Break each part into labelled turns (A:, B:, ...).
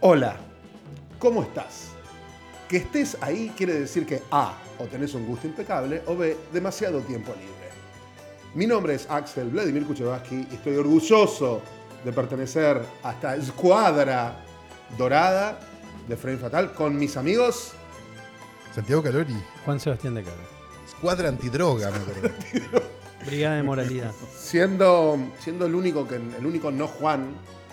A: Hola, ¿cómo estás? Que estés ahí quiere decir que A, o tenés un gusto impecable, o B, demasiado tiempo libre. Mi nombre es Axel Vladimir Kuchevaski y estoy orgulloso de pertenecer a esta escuadra dorada de Frame Fatal con mis amigos.
B: Santiago Calori,
C: Juan Sebastián de Caro.
B: escuadra antidroga, me acuerdo.
C: Brigada de Moralidad.
A: Siendo, siendo el único que el único no Juan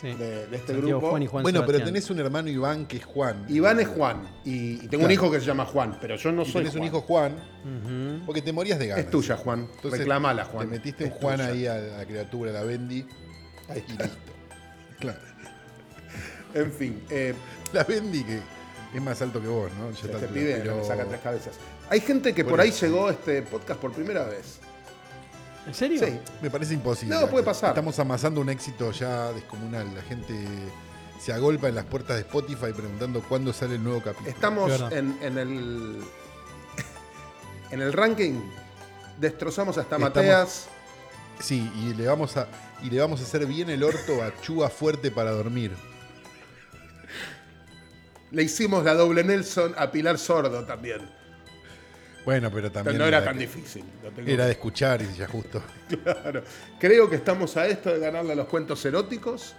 C: Sí.
A: de, de este
C: Santiago
A: grupo.
C: Juan y Juan
B: Bueno, pero
C: Sebastián.
B: tenés un hermano Iván que es Juan.
A: Iván es Juan y, y tengo un
B: Claro.
A: hijo que se llama Juan, pero yo no
B: Y
A: soy
B: tenés
A: Juan. ¿Mm?
B: un hijo Juan,
C: Ujú.
B: porque te morías de ganas.
A: Es tuya, Juan.
B: Entonces,
A: Reclamala, Juan.
B: Te metiste un
A: Es
B: Juan
A: tuya.
B: ahí a la criatura, a la Bendy. y listo. Claro.
A: En fin, eh,
B: La Bendy que es más alto que vos, ¿no? Ya
A: este
B: está,
A: pibe
B: pero-
A: me saca tres cabezas. Hay gente que por,
B: Por
A: ahí
B: eso.
A: llegó a este podcast por primera vez.
C: ¿En serio?
A: Sí.
B: Me parece imposible.
A: No, puede pasar.
B: Estamos amasando un éxito ya descomunal. La gente se agolpa en las puertas de Spotify preguntando cuándo sale el nuevo capítulo.
A: Estamos
C: Es verdad.
A: en, en el. En el ranking. Destrozamos hasta
B: Estamos-
A: Mateas.
B: Sí, y le vamos a y le vamos a hacer bien el orto a Chúa fuerte para dormir.
A: Le hicimos la doble Nelson a Pilar Sordo también.
B: Bueno, pero también
A: no era
B: de-
A: tan difícil. lo tengo
B: Era de escuchar y ya justo.
A: claro. Creo que estamos a esto de ganarle a los cuentos eróticos.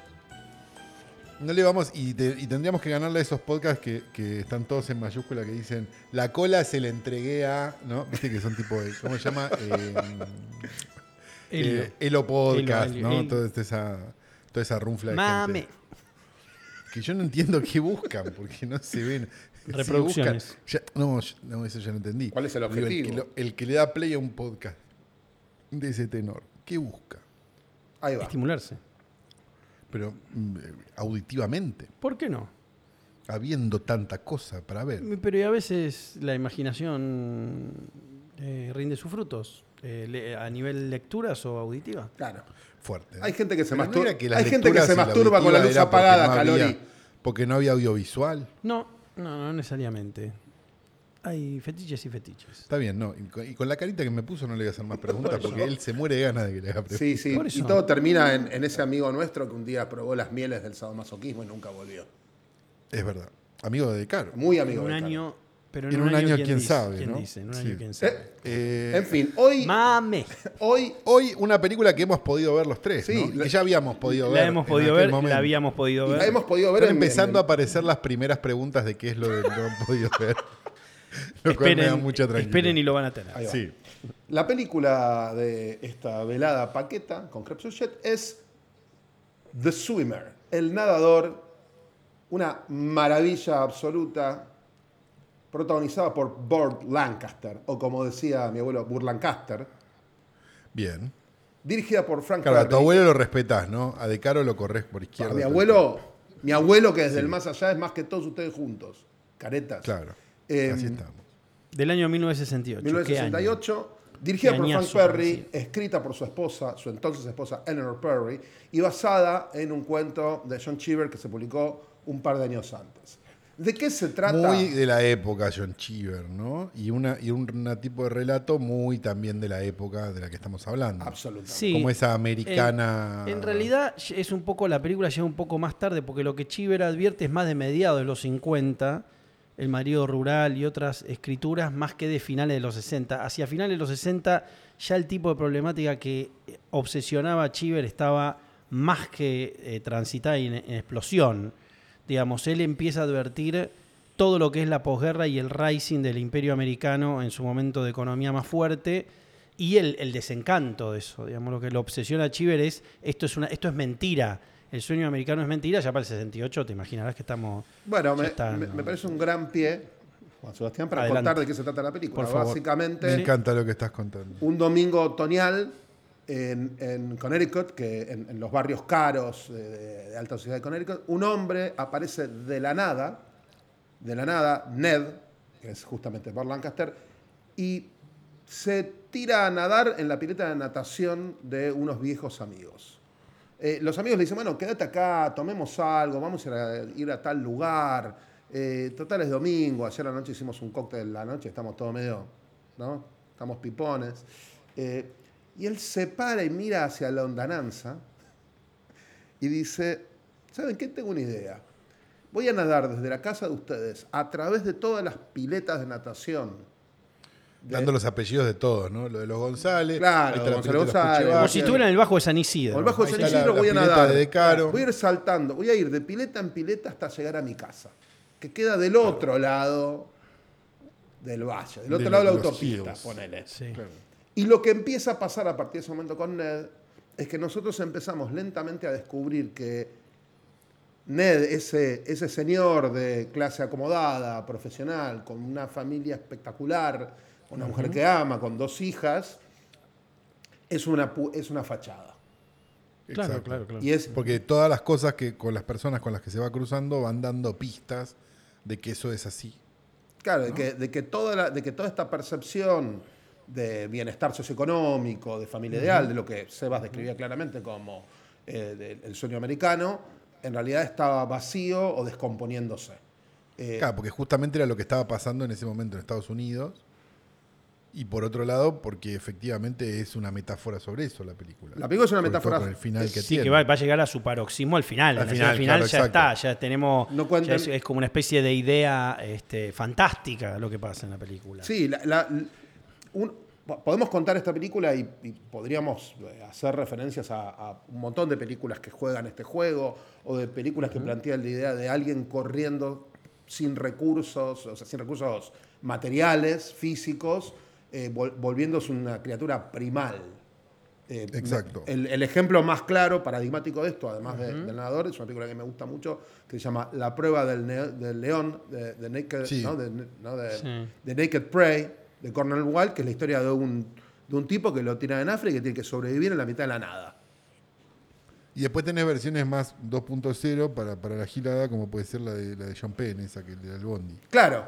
B: No le vamos y, te- y tendríamos que ganarle a esos podcasts que, que están todos en mayúscula que dicen la cola se le entregué a, ¿no? Viste que son tipo de, ¿cómo se llama? Eh,
C: Elio.
B: eh, Elo Podcast,
C: Elo, Elo,
B: ¿no?
C: Elo.
B: Toda esa toda esa runfla de
C: Mame.
B: gente. Que yo no entiendo qué buscan, porque no se ven. Si
C: Reproducciones.
B: buscan- ya- no, yo- no, eso ya no entendí.
A: ¿Cuál es el
B: Digo,
A: objetivo?
B: que lo- el que le da play a un podcast de ese tenor, ¿qué busca?
A: Ahí va.
C: Estimularse.
B: Pero mm, auditivamente,
C: ¿Por qué no?
B: habiendo tanta cosa para ver.
C: Pero y a veces la imaginación eh, rinde sus frutos. eh, le- a nivel lecturas o auditiva.
A: Claro.
B: Fuerte. ¿eh? ¿no?
A: Hay gente que se
B: Pero
A: mastur-
B: era las
A: hay gente que
B: lecturas
A: se
B: y la
A: masturba con la
B: auditiva
A: luz
B: era porque
A: apagada,
B: había-
A: Calori.
B: porque no había audiovisual.
C: No, no, no necesariamente. Hay fetiches y fetiches.
B: Está bien, no. Y con, y con la carita que me puso no le voy a hacer más preguntas porque él se muere de ganas de que le haga preguntas.
A: Sí, sí.
C: Por eso.
A: Y todo termina en, en ese amigo nuestro que un día probó las mieles del sadomasoquismo y nunca volvió.
B: Es verdad. Amigo de Caro.
A: Muy
C: En
A: amigo
C: un
A: de Caro.
C: año, pero en,
B: En un año, quién
C: dice,
B: sabe,
C: quién
B: ¿no?
C: dice, en un
B: Sí.
C: año quién sabe.
B: Eh,
A: En fin, hoy,
C: Mame.
A: hoy
B: Hoy una película que hemos podido ver los tres,
A: Sí,
B: ¿no? Y
A: la-
B: que ya habíamos podido ver.
C: La hemos
B: en
C: podido
B: aquel
C: ver,
B: momento.
C: la habíamos podido ver.
A: la hemos podido ver
B: Están
A: en-
B: empezando a
A: en-
B: aparecer las primeras preguntas de qué es lo que no han podido ver. Lo cual me da
C: esperen,
B: mucha tranquilidad.
C: esperen y lo van a tener.
A: Ahí va.
B: Sí.
A: La película de esta velada paqueta con Krebs Suchet es The Swimmer, El Nadador, una maravilla absoluta, protagonizada por Burt Lancaster, o como decía mi abuelo, Burt Lancaster,
B: Bien.
A: dirigida por Frank
B: Claro, a tu
A: Herbert.
B: abuelo lo respetás, ¿no? A De Caro lo corres por izquierda.
A: Ah, mi abuelo, mi abuelo que desde el más allá es más que todos ustedes juntos. Caretas.
B: Claro.
A: Eh,
B: así estamos.
C: Del año 1968. ¿qué año?
A: 1968, dirigida
C: Qué
A: por Frank
C: añazo,
A: Perry,
C: parecía.
A: escrita por su esposa, su entonces esposa Eleanor Perry, y basada en un cuento de John Cheever que se publicó un par de años antes. ¿De qué se trata?
B: Muy de la época, John Cheever, ¿no? Y, una, y un una tipo de relato muy también de la época de la que estamos hablando.
A: Absolutamente.
C: Sí.
B: Como esa americana.
C: En realidad ll- es un poco, la película llega un poco más tarde porque lo que Chiver advierte es más de mediados de los 50, El marido rural y otras escrituras, más que de finales de los 60. Hacia finales de los 60 ya el tipo de problemática que eh, obsesionaba a Chiver estaba más que eh, transitada y en, en explosión. Digamos, él empieza a advertir todo lo que es la posguerra y el rising del imperio americano en su momento de economía más fuerte y el, el desencanto de eso, digamos, lo que lo obsesiona a Chiver es esto es una esto es mentira. El sueño americano es mentira, ya para el 68 te imaginarás que estamos
A: Bueno,
C: Ya
A: me,
C: está,
A: me-
C: no.
A: me parece un gran pie, Juan Sebastián, para
C: Adelante.
A: contar de qué se trata la película.
B: Por favor. Me
A: Básicamente,
B: encanta lo que estás contando.
A: un domingo otoñal en, en Connecticut, que en, en los barrios caros de, de- de alta sociedad de Connecticut, un hombre aparece de la nada, de la nada, Ned, que es justamente Bart Lancaster, y se tira a nadar en la pileta de natación de unos viejos amigos. Eh, los amigos le dicen, bueno, quédate acá, tomemos algo, vamos a ir a, ir a tal lugar. Eh, total es domingo, ayer a la noche hicimos un cóctel, la noche estamos todo medio, ¿no? Estamos pipones. Eh, y él se para y mira hacia la ondananza y dice, ¿Saben qué? Tengo una idea. Voy a nadar desde la casa de ustedes a través de todas las piletas de natación. de-
B: Dando los apellidos de todos, ¿no? Lo de los González.
A: Claro,
B: ahí está la
A: Gonzalo
B: pileta de los
A: González,
B: Cuchiballos.
C: Como si estuviera en el bajo de San Isidro.
A: O el bajo de
B: Ahí
A: San
B: está la-
A: Isidro
B: la
A: voy a
B: pileta
A: nadar.
B: de De Caro.
A: Voy a ir saltando, voy a ir de pileta en pileta hasta llegar a mi casa, que queda del otro lado del valle, del otro
B: De
A: lado de la
B: los
A: autopista,
B: hills.
A: ponele.
C: Sí.
A: Y lo que empieza a pasar a partir de ese momento con Ned es que nosotros empezamos lentamente a descubrir que Ned, ese, ese señor de clase acomodada, profesional, con una familia espectacular, con una mujer que ama, con dos hijas, es una, pu- es una fachada.
C: Claro,
B: Exacto.
C: claro, claro.
A: Y es
B: Porque todas las cosas que con las personas con las que se va cruzando van dando pistas de que eso es así.
A: Claro, de, que, de que toda la- de que toda esta percepción de bienestar socioeconómico, de familia ideal, de lo que Sebas describía claramente como eh, de- el sueño americano, en realidad estaba vacío o descomponiéndose. Eh,
B: Claro, porque justamente era lo que estaba pasando en ese momento en Estados Unidos. Y por otro lado, porque efectivamente es una metáfora sobre eso la película.
A: La película es una
B: Sobre todo
A: metáfora-
B: Con el final que
C: Sí,
B: tiene.
C: que va, va a llegar a su paroxismo al final.
B: Al
C: O sea, Al final,
B: final, claro,
C: ya
B: exacto.
C: está, ya tenemos.
A: No cuenten-
C: ya es, es como una especie de idea este, fantástica lo que pasa en la película.
A: Sí, la- la- un- po- podemos contar esta película y, y podríamos eh, hacer referencias a, a un montón de películas que juegan este juego o de películas que plantean la idea de alguien corriendo sin recursos, o sea, sin recursos materiales, físicos, eh, vol- volviéndose una criatura primal. Eh,
B: Exacto.
A: El, el ejemplo más claro, paradigmático de esto, además de- del nadador, es una película que me gusta mucho, que se llama La prueba del, ne- del león, de, de Naked,
B: Sí.
A: ¿no? de- ¿no? de,
C: Sí.
A: de Naked Prey, de Cornel Wilde, que es la historia de un, de un tipo que lo tiran en África y que tiene que sobrevivir en la mitad de la nada.
B: Y después tenés versiones más 2.0 para, para la gilada, como puede ser la de, la de John Penn, esa que del Bondi.
A: Claro,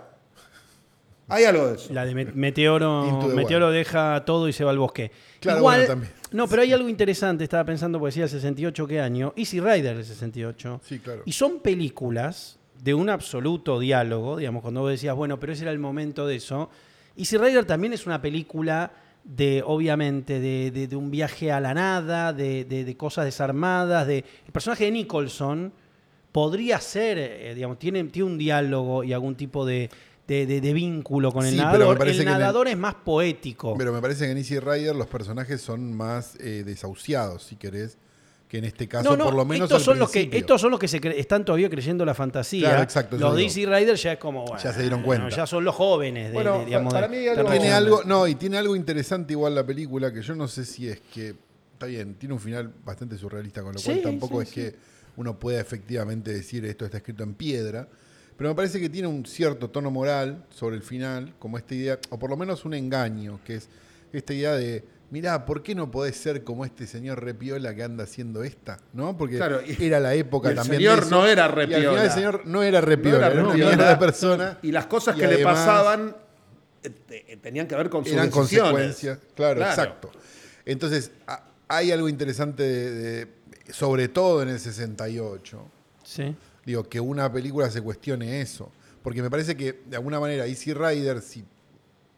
A: hay algo de eso.
C: La de me-
B: Into
C: Meteoro,
B: the
C: Meteoro deja todo y se va al bosque.
B: Claro, bueno, también.
C: No, pero hay algo interesante, estaba pensando, porque decía el 68, ¿qué año? Easy Rider el 68.
B: Sí, claro.
C: Y son películas de un absoluto diálogo, digamos, cuando vos decías, bueno, pero ese era el momento de eso. Easy Rider también es una película de, obviamente, de, de- de un viaje a la nada, de, de- de cosas desarmadas, de... El personaje de Nicholson podría ser, eh, digamos, tiene, tiene un diálogo y algún tipo de, de- de- de vínculo con el
B: Sí, pero me
C: nadador.
B: parece
C: El
B: que en el-
C: nadador es más poético.
B: Pero me parece que en Easy Rider los personajes son más eh, desahuciados, si querés, que en este caso,
C: No, no,
B: por lo menos.
C: estos
B: al
C: son los que
B: principio.
C: estos son los que se cre- están todavía creyendo la fantasía.
B: Claro, exacto, eso
C: los
B: digo.
C: DC Riders ya es como bueno,
B: Ya se dieron cuenta.
C: Ya son los jóvenes de,
A: Bueno,
C: de- digamos,
A: para
C: de-
A: mí
C: de
A: algo-
B: Tiene
C: Rosenberg.
B: algo, no, y tiene algo interesante igual la película, que yo no sé si es que, está bien, tiene un final bastante surrealista, con lo cual
C: Sí,
B: tampoco
C: sí,
B: es que uno pueda efectivamente decir esto está escrito en piedra, pero me parece que tiene un cierto tono moral sobre el final, como esta idea, o por lo menos un engaño, que es esta idea de, mirá, ¿por qué no podés ser como este señor repiola que anda haciendo esta? ¿No? Porque
A: Claro, y-
B: era la época
A: y el
B: también.
A: señor
B: de eso,
A: no era
B: y al final
A: repiola.
B: el señor no era repiola,
A: No
B: era, una
A: repiola.
B: mierda de persona.
A: Y las cosas
B: y
A: que le
B: además-
A: pasaban eh, te- eh, tenían que ver con sus
B: eran
A: decisiones.
B: consecuencias. Claro,
A: Claro.
B: exacto. Entonces, a- hay algo interesante, de- de- sobre todo en el 68,
C: Sí.
B: digo, que una película se cuestione eso. Porque me parece que, de alguna manera, Easy Rider, si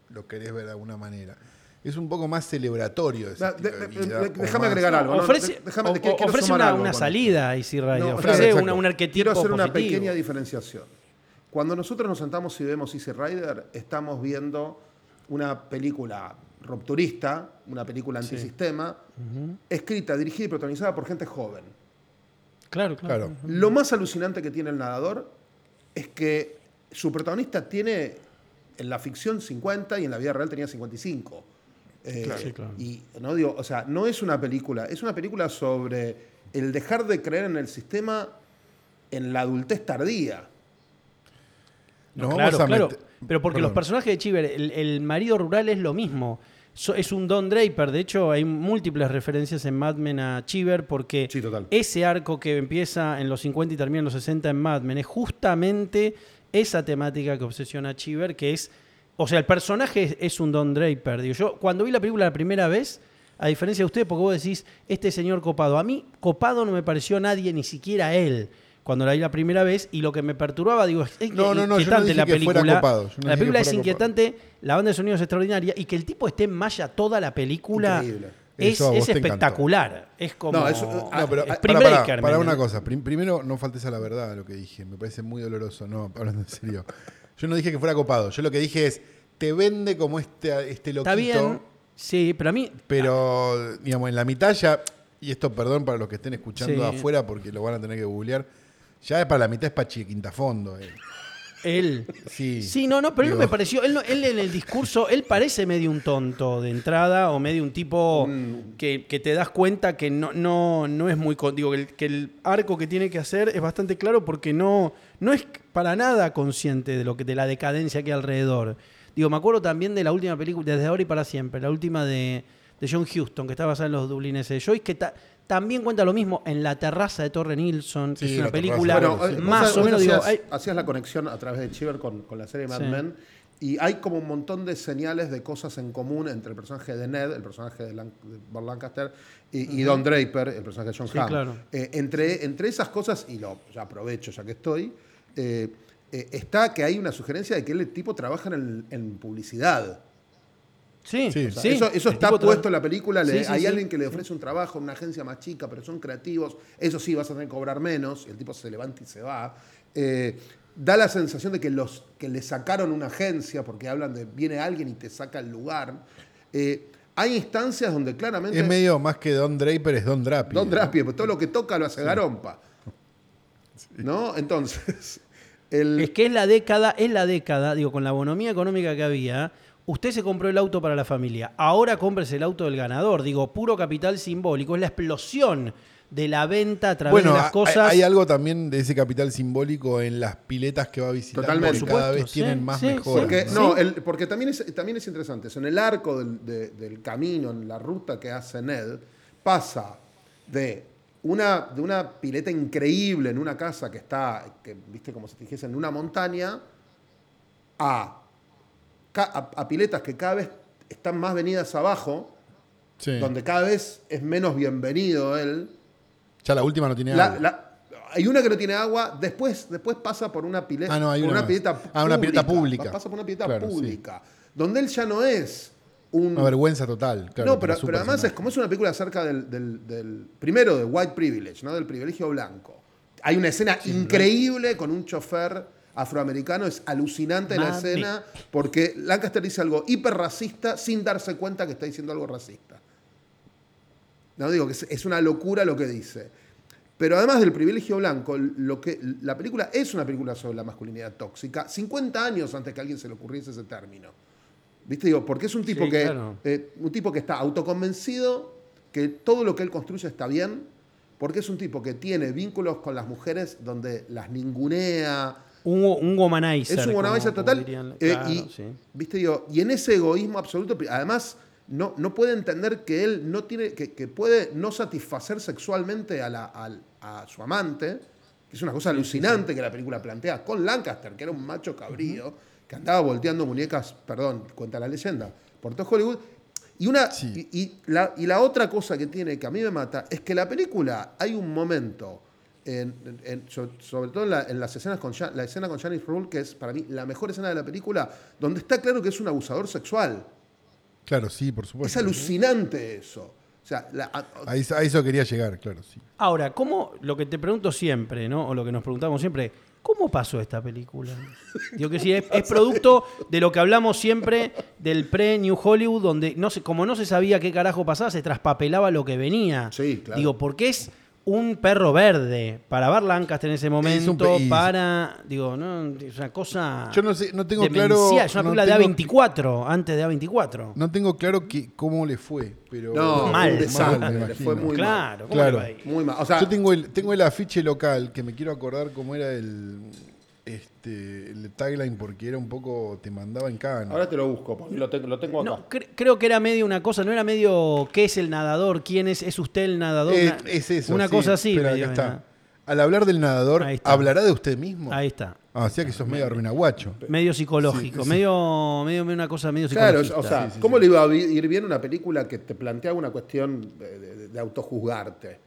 B: lo querés ver de alguna manera, es un poco más celebratorio. de ese
A: Da-
B: estilo
A: de- de-
B: de vida,
A: de-
B: o
A: déjame
B: más-
A: agregar algo. ¿no?
C: ofrece
A: De- déjame-
C: o-
A: que quiero
C: ofrece
A: sumar
C: una,
A: algo
C: una
A: con esto.
C: salida a Easy Rider,
A: No,
C: ofrece
B: claro, exacto.
C: una- un arquetipo
A: Quiero hacer una
C: positivo.
A: pequeña diferenciación. Cuando nosotros nos sentamos y vemos Easy Rider, estamos viendo una película rupturista, una película antisistema, escrita, dirigida y protagonizada por gente joven.
C: Claro, claro.
B: Claro.
A: Lo más alucinante que tiene el nadador es que su protagonista tiene en la ficción 50 y en la vida real tenía 55. Eh,
C: Claro. Sí, claro.
A: Y no digo, o sea, no es una película, es una película sobre el dejar de creer en el sistema en la adultez tardía.
C: No,
B: Nos
C: claro,
B: vamos a
C: claro.
B: meter-
C: Pero porque los
B: Perdón.
C: personajes de Chiver, el, el marido rural es lo mismo. So- es un Don Draper. De hecho, hay múltiples referencias en Mad Men a Chiver porque
A: Sí, total.
C: ese arco que empieza en los 50 y termina en los 60 en Mad Men es justamente esa temática que obsesiona a Chiver, que es. O sea, el personaje es, es un Don Draper. Digo, yo cuando vi la película la primera vez. A diferencia de ustedes, porque vos decís, este señor copado. A mí, copado no me pareció nadie, ni siquiera él, cuando la vi la primera vez. Y lo que me perturbaba, digo, es
B: No, no, no, yo no
C: inquietante
B: dije
C: la
B: que fuera
C: película.
B: copado, yo no dije
C: la
B: que
C: película es
B: fuera
C: inquietante, la banda de sonidos es extraordinaria y que el tipo esté en malla toda la película.
A: Increíble.
C: Es,
B: Eso a vos
C: es
B: te encantó.
C: espectacular. Es como.
A: No, eso-
B: No, pero
C: eh, ah,
B: eh, ah,
C: es
B: para,
C: Spring Breaker, ¿me
B: una
C: entendés?
B: cosa. Prim- primero, no faltes a la verdad a lo que dije. Me parece muy doloroso. No, hablando en serio. Yo no dije que fuera copado. Yo lo que dije es, te vende como este, este loquito.
C: Está bien. Sí, pero a mí.
B: Pero, digamos, en la mitad ya, y esto perdón para los que estén escuchando
C: Sí.
B: afuera porque lo van a tener que googlear, ya es para la mitad es Pachi Quintafondo. eh.
C: Él.
B: Sí,
C: Sí, no, no, pero él
B: Digo,
C: me pareció, él, no- él en el discurso, él parece medio un tonto de entrada o medio un tipo
B: Mm.
C: que, que te das cuenta que no, no, no es muy, con- digo, que el, que el arco que tiene que hacer es bastante claro porque no, no es para nada consciente de, lo que, de la decadencia que hay alrededor. Digo, me acuerdo también de la última película, desde ahora y para siempre, la última de, de John Huston, que está basada en los dublineses de Joyce, que ta- también cuenta lo mismo en La terraza de Torre Nilsson,
B: Sí,
C: que es una
B: La terraza.
C: película
B: Claro,
A: Bueno, eh,
C: más
A: vos-
C: o
A: vos
C: menos, digo,
A: hacías,
C: hay-
A: hacías la conexión a través de Chiver con, con la serie Mad
C: Sí.
A: Men y hay como un montón de señales de cosas en común entre el personaje de Ned, el personaje de, Lan- de Burt Lancaster, y, y Don Draper, el personaje de John
C: Sí,
A: Hamm.
C: claro.
A: Eh, entre, entre esas cosas, y lo ya aprovecho ya que estoy, eh, eh, está que hay una sugerencia de que el tipo trabaja en, el- en publicidad.
C: sí,
B: Sí.
C: sí,
A: O sea, eso eso
C: el
A: está
C: tipo tra-
A: puesto en la película. le-
C: Sí, sí,
A: hay
C: sí.
A: alguien que le ofrece un trabajo, una agencia más chica, pero son creativos. Eso sí, vas a tener que cobrar menos. Y el tipo se levanta y se va. Eh, da la sensación de que, los, que le sacaron una agencia porque hablan de viene alguien y te saca el lugar. Eh, hay instancias donde claramente.
B: Es medio más que Don Draper, es Don Draper.
A: Don Draspie, porque todo lo que toca lo hace garompa. ¿No? Entonces. El,
C: Es que es la década, es la década, digo, con la bonomía económica que había, usted se compró el auto para la familia, ahora cómprese el auto del ganador, digo, puro capital simbólico, es la explosión de la venta a través
B: Bueno,
C: de las
B: hay-
C: cosas.
B: hay algo también de ese capital simbólico en las piletas que va a visitar.
A: Totalmente.
B: porque
A: Por
B: cada
C: supuesto,
B: vez tienen
C: sí,
B: más
C: sí,
B: mejoras.
A: Porque,
C: Sí.
A: no, el- porque también, es, también es interesante. eso, En el arco del, de- del camino, en la ruta que hace Ned, pasa de una, de una pileta increíble en una casa que está, que, viste, como si te dijese, en una montaña, a, ca- a, a piletas que cada vez están más venidas abajo,
B: Sí.
A: donde cada vez es menos bienvenido él.
B: Ya la última no tiene
A: La-
B: agua.
A: la- hay una que no tiene agua, después, después pasa por una pileta.
B: Ah, no, hay
A: por
B: una
A: una,
B: más.
A: pileta
B: Ah, una pileta pública.
A: Pasa por una pileta
B: Claro, sí.
A: pública. Donde él ya no es un.
B: Una vergüenza total. claro,
A: no, pero,
B: para su
A: pero además es
B: personaje.
A: como es una película acerca del, del- del- Primero, de white privilege, ¿no? Del privilegio blanco. Hay una escena increíble con un chofer afroamericano. Es alucinante la
C: Mami.
A: escena porque Lancaster dice algo hiperracista sin darse cuenta que está diciendo algo racista. No digo que es- es una locura lo que dice. Pero además del privilegio blanco, lo que, la película es una película sobre la masculinidad tóxica, 50 años antes que a alguien se le ocurriese ese término. ¿Viste? Digo, porque es un tipo,
C: Sí,
A: que,
C: claro.
A: eh, un tipo que está autoconvencido, que todo lo que él construye está bien, porque es un tipo que tiene vínculos con las mujeres donde las ningunea.
C: un, un womanizer.
A: es un bonavancia
C: como- como
A: total.
C: dirían-
A: eh,
C: claro,
A: y,
C: sí.
A: ¿viste? Digo, y en ese egoísmo absoluto, además, no, no puede entender que él no tiene, que, que puede no satisfacer sexualmente a, la, al- a su amante, que es una cosa alucinante que la película plantea, con Lancaster, que era un macho cabrío, que andaba volteando muñecas, perdón, cuenta la leyenda, por todo Hollywood. Y, una,
B: Sí.
A: y, y la, y la otra cosa que tiene que a mí me mata es que la película hay un momento, en- en- en- so- sobre todo en, la- en las escenas con Jan- la escena con Janice Rule, que es para mí la mejor escena de la película, donde está claro que es un abusador sexual.
B: Claro, Pues sí, por supuesto.
A: Es alucinante eso. O sea, la- a-
B: A eso, a eso quería llegar, claro, sí.
C: Ahora, ¿cómo, lo que te pregunto siempre, ¿no? O lo que nos preguntamos siempre, ¿cómo pasó esta película? Digo que sí, es, es producto de lo que hablamos siempre del pre-New Hollywood, donde no se, como no se sabía qué carajo pasaba, se traspapelaba lo que venía.
A: Sí, claro.
C: Digo, porque es un perro verde para ver Lancaster en ese
B: Es un
C: momento,
B: pe- y-
C: para. Digo, no, es una cosa.
B: Yo no sé, no tengo
C: demencial.
B: claro-
C: Es una
B: no
C: película
B: tengo-
C: de A24, antes de A24.
B: No tengo claro que, cómo le fue, pero.
A: no,
C: mal,
A: un desastre,
B: mal, me
A: le
B: imagino.
A: fue muy mal.
C: claro, ¿cómo
B: Claro.
C: le va a ir?
A: Muy mal. O sea,
B: Yo tengo el, tengo el afiche local que me quiero acordar cómo era el, este, el tagline porque era un poco. te mandaba en cana.
A: ahora te lo busco, porque lo tengo, lo tengo acá.
C: No, cre- creo que era medio una cosa, no era medio qué es el nadador, quién es, es usted el nadador.
B: Eh,
C: Una-
B: es eso.
C: Una
B: sí,
C: cosa así.
B: pero acá
C: medio,
B: está.
C: ¿verdad?
B: Al hablar del nadador,
C: Ahí está.
B: ¿hablará de usted mismo?
C: Ahí está.
B: Ah, o sea que sos medio arruinaguacho.
C: Medio psicológico, Medio, medio medio una cosa medio
A: Claro,
C: psicológica.
A: o sea, ¿cómo le iba a vi- ir bien una película que te planteaba una cuestión de, de- de autojuzgarte?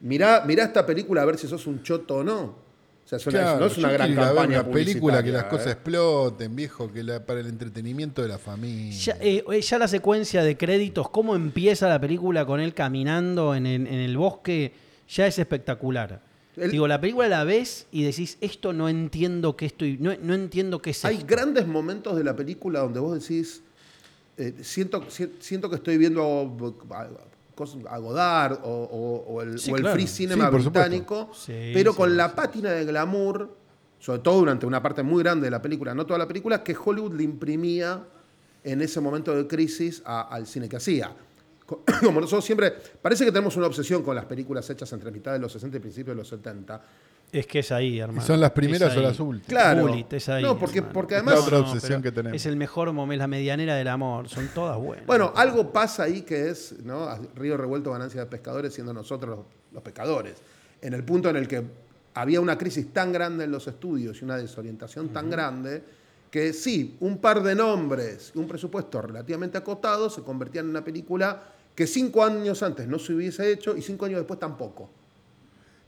A: Mirá, mirá esta película a ver si sos un choto o no. O sea, es una- no es
B: yo
A: una gran
B: quiero ir a ver
A: campaña
B: una película que las
A: publicitaria,
B: cosas
A: ¿eh?
B: exploten, viejo, que la- para el entretenimiento de la familia.
C: Ya, eh, eh, ya la secuencia de créditos, cómo empieza la película con él caminando en el, en el bosque, ya es espectacular.
A: El-
C: Digo, la película la ves y decís, esto no entiendo qué estoy, no, no entiendo qué es
A: Hay
C: esto".
A: grandes momentos de la película donde vos decís, eh, siento, si- siento que estoy viendo a, a- cosas- a Godard o, o- o el,
C: Sí,
A: o el
C: claro.
A: free cinema
B: Sí, por supuesto.
A: británico,
C: Sí,
A: pero
C: sí,
A: con la
C: sí.
A: pátina de glamour, sobre todo durante una parte muy grande de la película, no toda la película, que Hollywood le imprimía en ese momento de crisis a- al cine que hacía. Co- Como nosotros siempre, parece que tenemos una obsesión con las películas hechas entre mitad de los 60 y principios de los 70.
C: Es que es ahí, hermano.
B: son las primeras
C: Es
B: o
C: ahí.
B: las últimas.
A: Claro.
C: Bullet, es ahí,
A: No, porque-
C: hermano.
A: porque
B: Es la
A: además-
B: otra
C: No, no,
B: obsesión
C: pero
B: que tenemos.
C: Es el mejor momento, la medianera del amor. Son todas buenas.
A: Bueno, algo pasa ahí que es, ¿no? Río revuelto, ganancia de pescadores, siendo nosotros los, los pescadores. En el punto en el que había una crisis tan grande en los estudios y una desorientación tan grande que sí, un par de nombres y un presupuesto relativamente acotado se convertían en una película que cinco años antes no se hubiese hecho y cinco años después tampoco.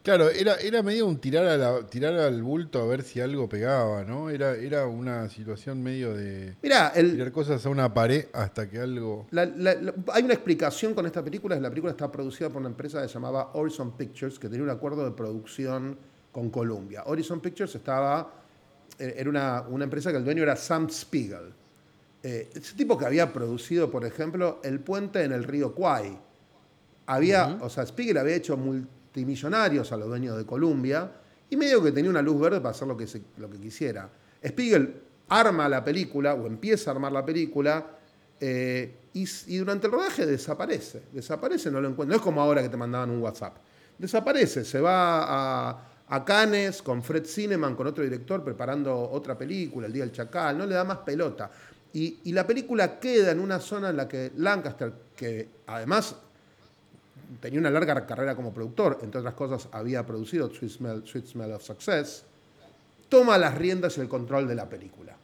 B: Claro, era, era medio un tirar, a la- tirar al bulto a ver si algo pegaba, ¿no? Era, era una situación medio de
A: Mirá, el,
B: tirar cosas a una pared hasta que algo...
A: La- la- la- hay una explicación con esta película, es la película está producida por una empresa que se llamaba Horizon Pictures, que tenía un acuerdo de producción con Columbia. Horizon Pictures estaba, eh, era una, una empresa que el dueño era Sam Spiegel. Eh, ese tipo que había producido, por ejemplo, El puente en el río Kwai. Había, o sea, Spiegel había hecho multimillonarios a los dueños de Columbia y medio que tenía una luz verde para hacer lo que, se- lo que quisiera. Spiegel arma la película o empieza a armar la película eh, y, s- y durante el rodaje desaparece. Desaparece, no lo encuentra. No es como ahora que te mandaban un WhatsApp. Desaparece, se va a, a Cannes con Fred Cineman, con otro director, preparando otra película, El Día del Chacal, no le da más pelota. Y, y la película queda en una zona en la que Lancaster, que además tenía una larga carrera como productor, entre otras cosas había producido Sweet Smell, Sweet Smell of Success, toma las riendas y el control de la película.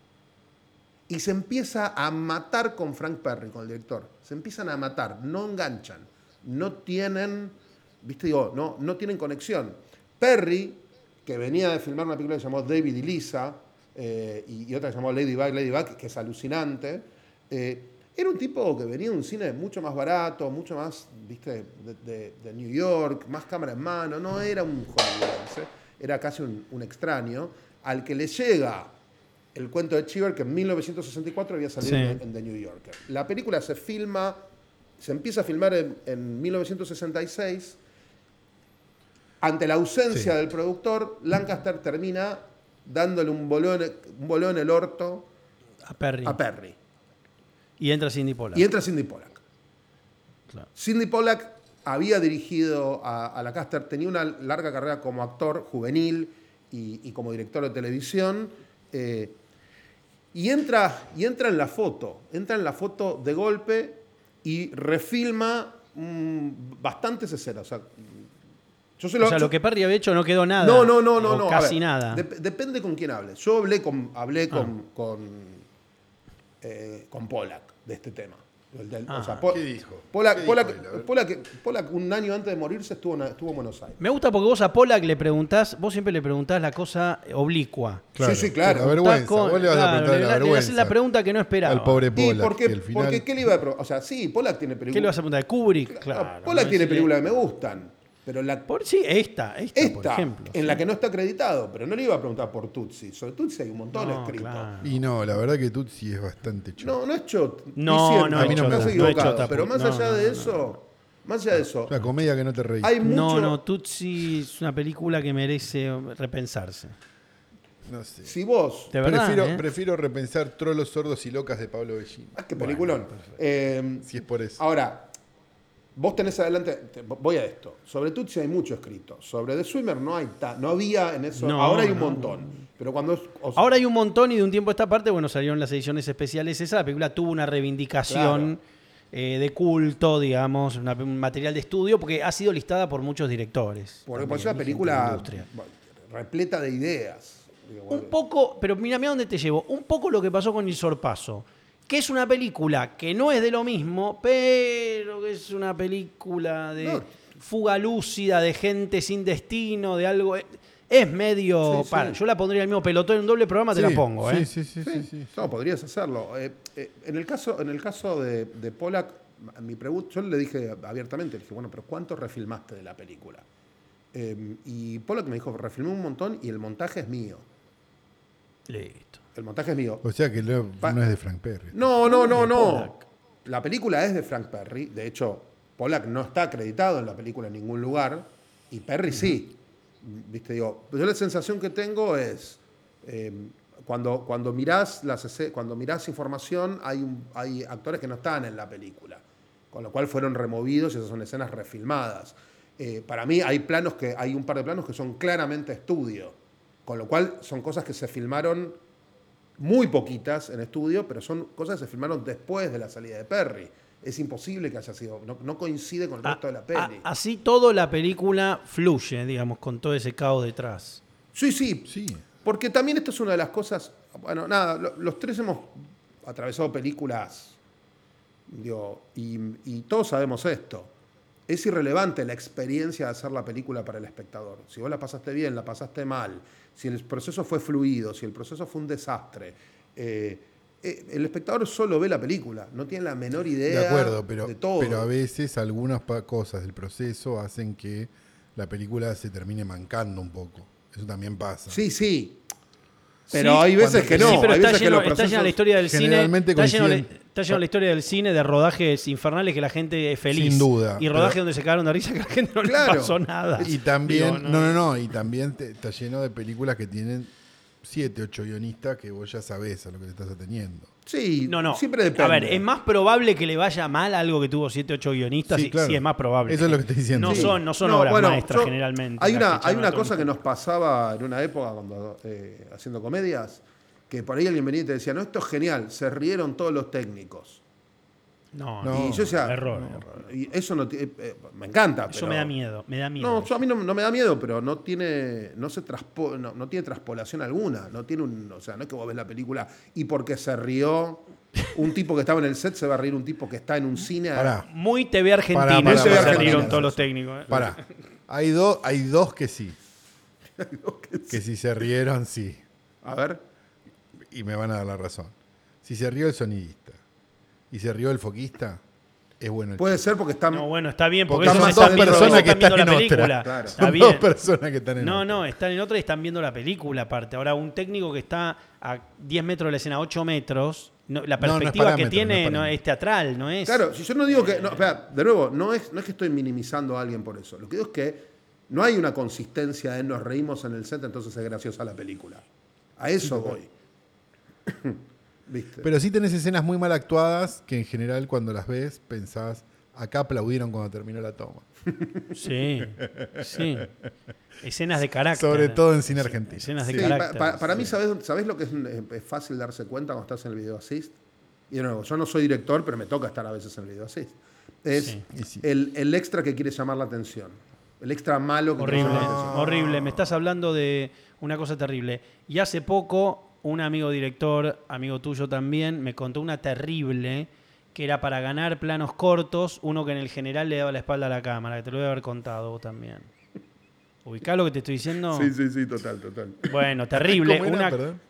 A: Y se empieza a matar con Frank Perry, con el director. Se empiezan a matar, no enganchan, no tienen, viste, digo, no, no tienen conexión. Perry, que venía de filmar una película que se llamó David y Lisa, eh, y, y otra que se llamó Ladybug, Ladybug, que es alucinante, eh, era un tipo que venía de un cine mucho más barato, mucho más, viste, de, de- de New York, más cámara en mano, no era un hollywoodense, era casi un, un extraño, al que le llega el cuento de Cheever que en 1964 había salido
C: Sí.
A: en, en The New Yorker. La película se filma, se empieza a filmar en, en 1966. Ante la ausencia
B: Sí.
A: del productor, Lancaster termina dándole un bolón, un bolón en el orto
C: A Perry.
A: a Perry.
C: Y entra Cindy Polar.
A: Y entra Cindy Pollack.
C: Claro.
A: Cindy Pollack había dirigido a, a Lancaster, tenía una larga carrera como actor juvenil y, y como director de televisión. eh, y, entra, y entra en la foto, entra en la foto de golpe y refilma mm, bastantes escenas. o sea, yo se
C: O sea, lo que Perry había hecho no quedó nada.
A: no, no, no, no,
C: O
A: no. a
C: Casi
A: ver,
C: nada. Ah.
A: dep- depende con quién hables. Yo hablé con, hablé con, con, eh, con Pollack de este tema. El del- o sea,
C: Ah.
A: Po-
B: ¿Qué dijo?
A: Pollack,
B: ¿Qué dijo
A: Pollack-
B: él? A ver.
A: Pollack- Pollack un año antes de morirse estuvo en, estuvo en Buenos Aires.
C: Me gusta porque vos a Pollack le preguntás, vos siempre le preguntás la cosa oblicua.
A: Sí, sí, claro.
B: La vergüenza.
C: Taco-
B: Vos le vas a
C: claro,
B: preguntar
C: le-
B: la
C: le- le
B: vergüenza.
C: haces la pregunta que no esperaba.
B: Al pobre
A: ¿Y
B: Pola.
A: por qué,
B: al final,
A: porque qué le iba a pro- O sea, sí, Pollack tiene
C: ¿Qué le
A: películas.
C: vas a preguntar? ¿De Kubrick? Claro.
A: Pollack
C: ¿no?
A: tiene
C: Decirle-
A: películas que me gustan. Pero la,
C: Por, sí, esta, esta,
A: esta,
C: por ejemplo.
A: en la que no está acreditado, pero no le iba a preguntar por Tutsi. Sobre Tutsi hay un montón
C: No,
A: escrito.
C: claro.
B: Y no, la verdad que Tutsi es bastante chota.
A: No, no es chota.
C: No,
A: Diciendo,
C: no
B: es
A: estás
B: chota, no es
A: equivocado,
C: chota,
A: Pero
C: pu-
A: más
C: no,
A: allá
C: no,
A: de
C: no,
A: eso, más allá de eso,
B: Una comedia que no te reís.
A: hay mucho.
C: No, no, Tutsi es una película que merece repensarse.
B: No sé.
A: Si vos.
C: De verdad.
B: prefiero,
C: ¿eh?
B: prefiero repensar Trolos Sordos y Locas de Pablo Bellini.
A: Ah, qué peliculón. Eh,
B: Si es por eso.
C: Ah,
A: ahora, vos tenés adelante. te- voy a esto. Sobre Tutsi hay mucho escrito. Sobre The Swimmer no hay ta- no había en eso.
C: No,
A: ahora hay un
C: no,
A: montón. Pero cuando. o sea,
C: Ahora hay un montón y de un tiempo a esta parte, bueno, salieron las ediciones especiales. Esa la película tuvo una reivindicación eh, de culto, digamos, una- un material de estudio, porque ha sido listada por muchos directores.
A: Porque
C: también,
A: por eso la
C: y gente de la
A: pues película
C: industria.
A: bueno, repleta de ideas. Digo,
C: Un
A: bueno,
C: poco, pero mira, mira dónde te llevo. Un poco lo que pasó con El Sorpaso, que es una película que no es de lo mismo, pero que es una película de
A: No.
C: fuga lúcida, de gente sin destino, de algo. eh, es medio
A: Sí, sí.
C: para. Yo la pondría en el mismo pelotón en un doble programa, te la
B: Sí,
C: pongo,
B: sí,
C: ¿eh?
B: Sí, sí, sí. sí.
A: No, podrías hacerlo. Eh, eh, en el caso, en el caso de, de Pollack, mi pregunta, yo le dije abiertamente, le dije, bueno, pero ¿cuánto refilmaste de la película? Eh, y Pollack me dijo, refilmé un montón y el montaje es mío.
C: Listo.
A: El montaje es mío.
B: O sea que no,
A: Pa-
B: no es de Frank Perry.
A: No, no, no, no.
C: Pollack.
A: La película es de Frank Perry. De hecho, Pollack no está acreditado en la película en ningún lugar. Y Perry sí. Viste, digo, yo la sensación que tengo es. eh, cuando, cuando, mirás las, esce- cuando mirás información, hay, un- hay actores que no están en la película. Con lo cual fueron removidos y esas son escenas refilmadas. Eh, para mí hay planos que. hay un par de planos que son claramente estudio. Con lo cual son cosas que se filmaron muy poquitas en estudio, pero son cosas que se filmaron después de la salida de Perry. Es imposible que haya sido, no, no coincide
C: Ah,
A: con el resto de la
C: A-
A: peli.
C: a- así todo la película fluye, digamos, con todo ese caos detrás.
A: Sí, sí,
B: Sí.
A: porque también esto es una de las cosas, bueno, nada, lo- los tres hemos atravesado películas, digo, y, y todos sabemos esto. Es irrelevante la experiencia de hacer la película para el espectador. Si vos la pasaste bien, la pasaste mal, si el proceso fue fluido, si el proceso fue un desastre. eh, eh, el espectador solo ve la película, no tiene la menor idea
B: De acuerdo, pero,
A: Eh, ah, de todo.
B: pero a veces algunas pa- cosas del proceso hacen que la película se termine mancando un poco. Eso también pasa.
A: Sí, sí. Pero
C: Sí,
A: hay veces
B: cuando-
A: que no.
C: sí, pero
A: hay
C: está,
A: veces que
C: lleno,
A: los
C: está llena la
A: procesos-
C: historia del cine.
B: generalmente
C: Está lleno, la-
B: coinciden.
C: está llena la historia del cine de rodajes infernales que la gente es feliz.
B: Sin duda,
C: Y rodajes
B: pero-
C: donde se cagaron de risa que a la gente no
A: Claro.
C: le pasó nada.
B: Y también,
C: Digo,
B: no, no, no, y también te- está lleno de películas que tienen siete, ocho guionistas que vos ya sabés a lo que te estás ateniendo.
A: Sí,
C: No, no.
A: siempre depende.
C: A ver, es más probable que le vaya mal algo que tuvo 7, 8 guionistas.
B: Sí,
C: Sí,
B: claro.
C: sí, es más probable.
B: Eso es lo que estoy diciendo.
C: No
B: Sí.
C: son, no son
A: No,
C: obras
A: bueno,
C: maestras
A: yo-
C: generalmente.
A: Hay
C: las
A: una,
C: que
A: hay
C: echaron
A: una
C: a todo
A: cosa
C: el
A: que nos
C: mundo.
A: pasaba en una época cuando eh, haciendo comedias, que por ahí alguien venía y te decía, no, esto es genial, se rieron todos los técnicos.
C: No,
B: No,
C: no.
A: y yo decía,
C: error,
A: no,
C: error.
A: y eso no ti- eh, eh, me encanta.
C: Eso
A: pero-
C: me da miedo. Me da miedo.
A: No, yo- a mí no, no me da miedo, pero no tiene, no se traspo- no, no tiene traspolación alguna. No tiene un, o sea, no es que vos ves la película y porque se rió un tipo que estaba en el set, se va a reír un tipo que está en un cine.
B: Pará,
C: Muy TV argentino.
B: Pará, pará,
C: se
A: pará, pará,
C: rieron
A: pará.
C: todos los técnicos. ¿eh?
B: pará. Hay, dos hay dos que sí. que si se rieron, sí.
A: A ver.
B: Y me van a dar la razón. Si se rió el sonidista y se rió el foquista, es bueno el
A: Puede ser porque están.
C: No, bueno, está bien, porque
B: Porque
A: Porque son
B: son
C: ellos no
B: dos
C: están viendo,
B: personas
C: ellos
B: que
C: están viendo
B: están en
C: la película.
B: otra.
A: Claro.
C: Está
B: Son
C: bien.
B: dos personas que están en
C: No,
B: otra.
C: no, están en otra y están viendo la película aparte. Ahora, un técnico que está a 10 metros de la escena, 8 metros, no, la
B: No, no es
C: perspectiva que
B: parámetro, no
C: tiene
B: es
C: no
B: parámetro.
C: es teatral, no es.
A: Claro, si yo no digo que. no, espera, de nuevo, no es, no es que estoy minimizando a alguien por eso. Lo que digo es que no hay una consistencia en nos reímos en el set, entonces es graciosa la película. A eso voy. ¿Viste?
B: Pero sí tenés escenas muy mal actuadas que en general cuando las ves pensás, acá aplaudieron cuando terminó la toma.
C: Sí, sí. Escenas de carácter.
B: Sobre todo en cine argentino.
C: Escenas de
A: Sí, pa-
C: carácter.
A: pa- para mí, ¿sabés, sabés lo que es, es fácil darse cuenta cuando estás en el video assist? Y de nuevo, yo no soy director, pero me toca estar a veces en el video assist. Es
C: Sí.
B: Y sí.
A: el, el extra que quiere llamar la atención. El extra malo que quiere
C: Horrible,
A: llamar la atención.
C: horrible. Me estás hablando de una cosa terrible. Y hace poco, un amigo director, amigo tuyo también, me contó una terrible que era para ganar planos cortos, uno que en el general le daba la espalda a la cámara, que te lo voy a haber contado vos también. ¿Ubicás lo que te estoy diciendo?
A: Sí, sí, sí, total, total.
C: Bueno, terrible.
B: ¿Cómo era?
C: Una-
B: Perdón.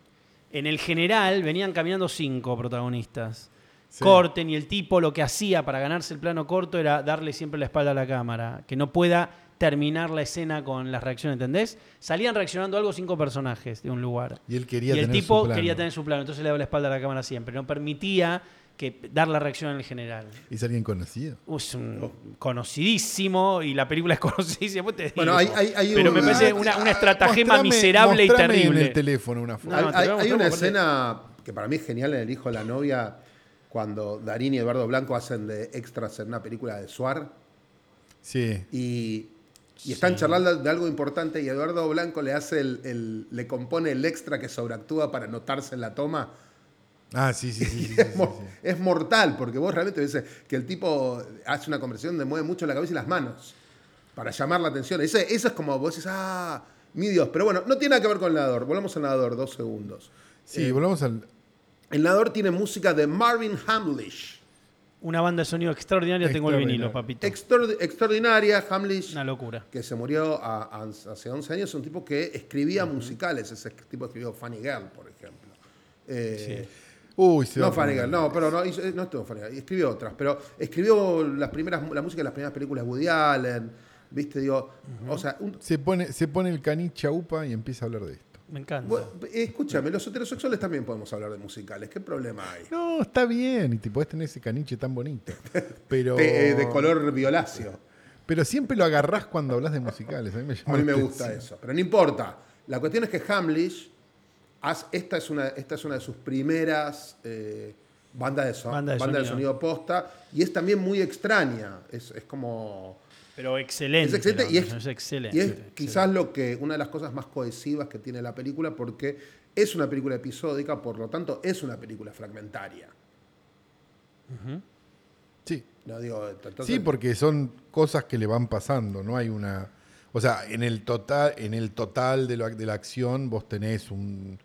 C: en el general venían caminando cinco protagonistas.
B: Sí.
C: Corten y el tipo lo que hacía para ganarse el plano corto era darle siempre la espalda a la cámara, que no pueda terminar la escena con las reacciones, ¿entendés? Salían reaccionando algo cinco personajes de un lugar.
B: Y él quería
C: y el
B: tener
C: tipo
B: su plano.
C: quería tener su plano, entonces le daba la espalda a la cámara siempre, no permitía que dar la reacción en el general.
B: ¿Es alguien conocido?
C: Uy, Es un conocidísimo y la película es conocidísima. después te digo.
A: Bueno, hay- hay- hay
C: Pero me
A: un-
C: parece
A: Ah,
C: una,
B: Ah,
C: una estratagema
B: mostrame-
C: miserable y
B: mostrame
C: terrible.
B: en el teléfono una foto.
C: No,
A: hay,
C: te
A: hay-
C: voy a
A: hay
C: mostrar
A: una
C: porque aparte-
A: escena que para mí es genial en El hijo de la novia, cuando Darín y Eduardo Blanco hacen de extras en una película de Suar
B: Sí.
A: y, y están charlando de algo importante y Eduardo Blanco le hace el, el- le compone el extra que sobreactúa para notarse en la toma.
B: Ah, sí, sí, sí. sí, sí,
A: Y
B: sí,
A: es, mor-
B: sí.
A: es mortal, porque vos realmente ves que el tipo hace una conversación donde mueve mucho la cabeza y las manos para llamar la atención. Ese, eso es como vos dices, ah, mi Dios. Pero bueno, no tiene nada que ver con el nadador. Volvamos al nadador, dos segundos.
B: Eh, Sí, volvamos al...
A: El nadador tiene música de Marvin Hamlish.
C: Una banda de sonido extraordinaria. Tengo el vinilo,
B: Extraordinario.
C: papito.
A: Extraor- extraordinaria, Hamlish,
C: Una locura.
A: que se murió a- a- hace 11 años, es un tipo que escribía musicales. Ese tipo escribió Funny Girl, por ejemplo. Eh,
B: Uy, se
A: No
B: va a
A: Funny
B: poner-
A: Girl, no, pero no, hizo- no estuvo en Funny Girl, escribió otras, pero escribió las primeras, la música de las primeras películas de Woody Allen, ¿viste? Digo, o sea, un-
B: Se pone, se pone el caniche a upa y empieza a hablar de esto.
C: Me encanta.
A: vos- escúchame, los heterosexuales también podemos hablar de musicales, ¿qué problema hay?
B: No, está bien. Y te podés tener ese caniche tan bonito. Pero,
A: Te- eh, de color violáceo.
B: pero siempre lo agarrás cuando hablas de musicales. A mí me,
A: A
B: llama
A: mí me
B: la
A: gusta
B: atención.
A: eso. Pero no importa. La cuestión es que Hamlish, haz- esta, es una, esta es una de sus primeras eh, bandas de, so-
C: Banda de
A: banda de
C: sonido.
A: sonido posta. Y es también muy extraña. Es, es como.
C: Pero excelente.
A: Es excelente
C: la
A: y es-
C: canción, excelente.
A: Y es
C: Excelente.
A: quizás lo que, una de las cosas más cohesivas que tiene la película, porque es una película episódica, por lo tanto, es una película fragmentaria.
B: Sí.
A: No digo, entonces-
B: sí, porque son cosas que le van pasando. No hay una. O sea, en el total, en el total de, la- de la acción vos tenés un,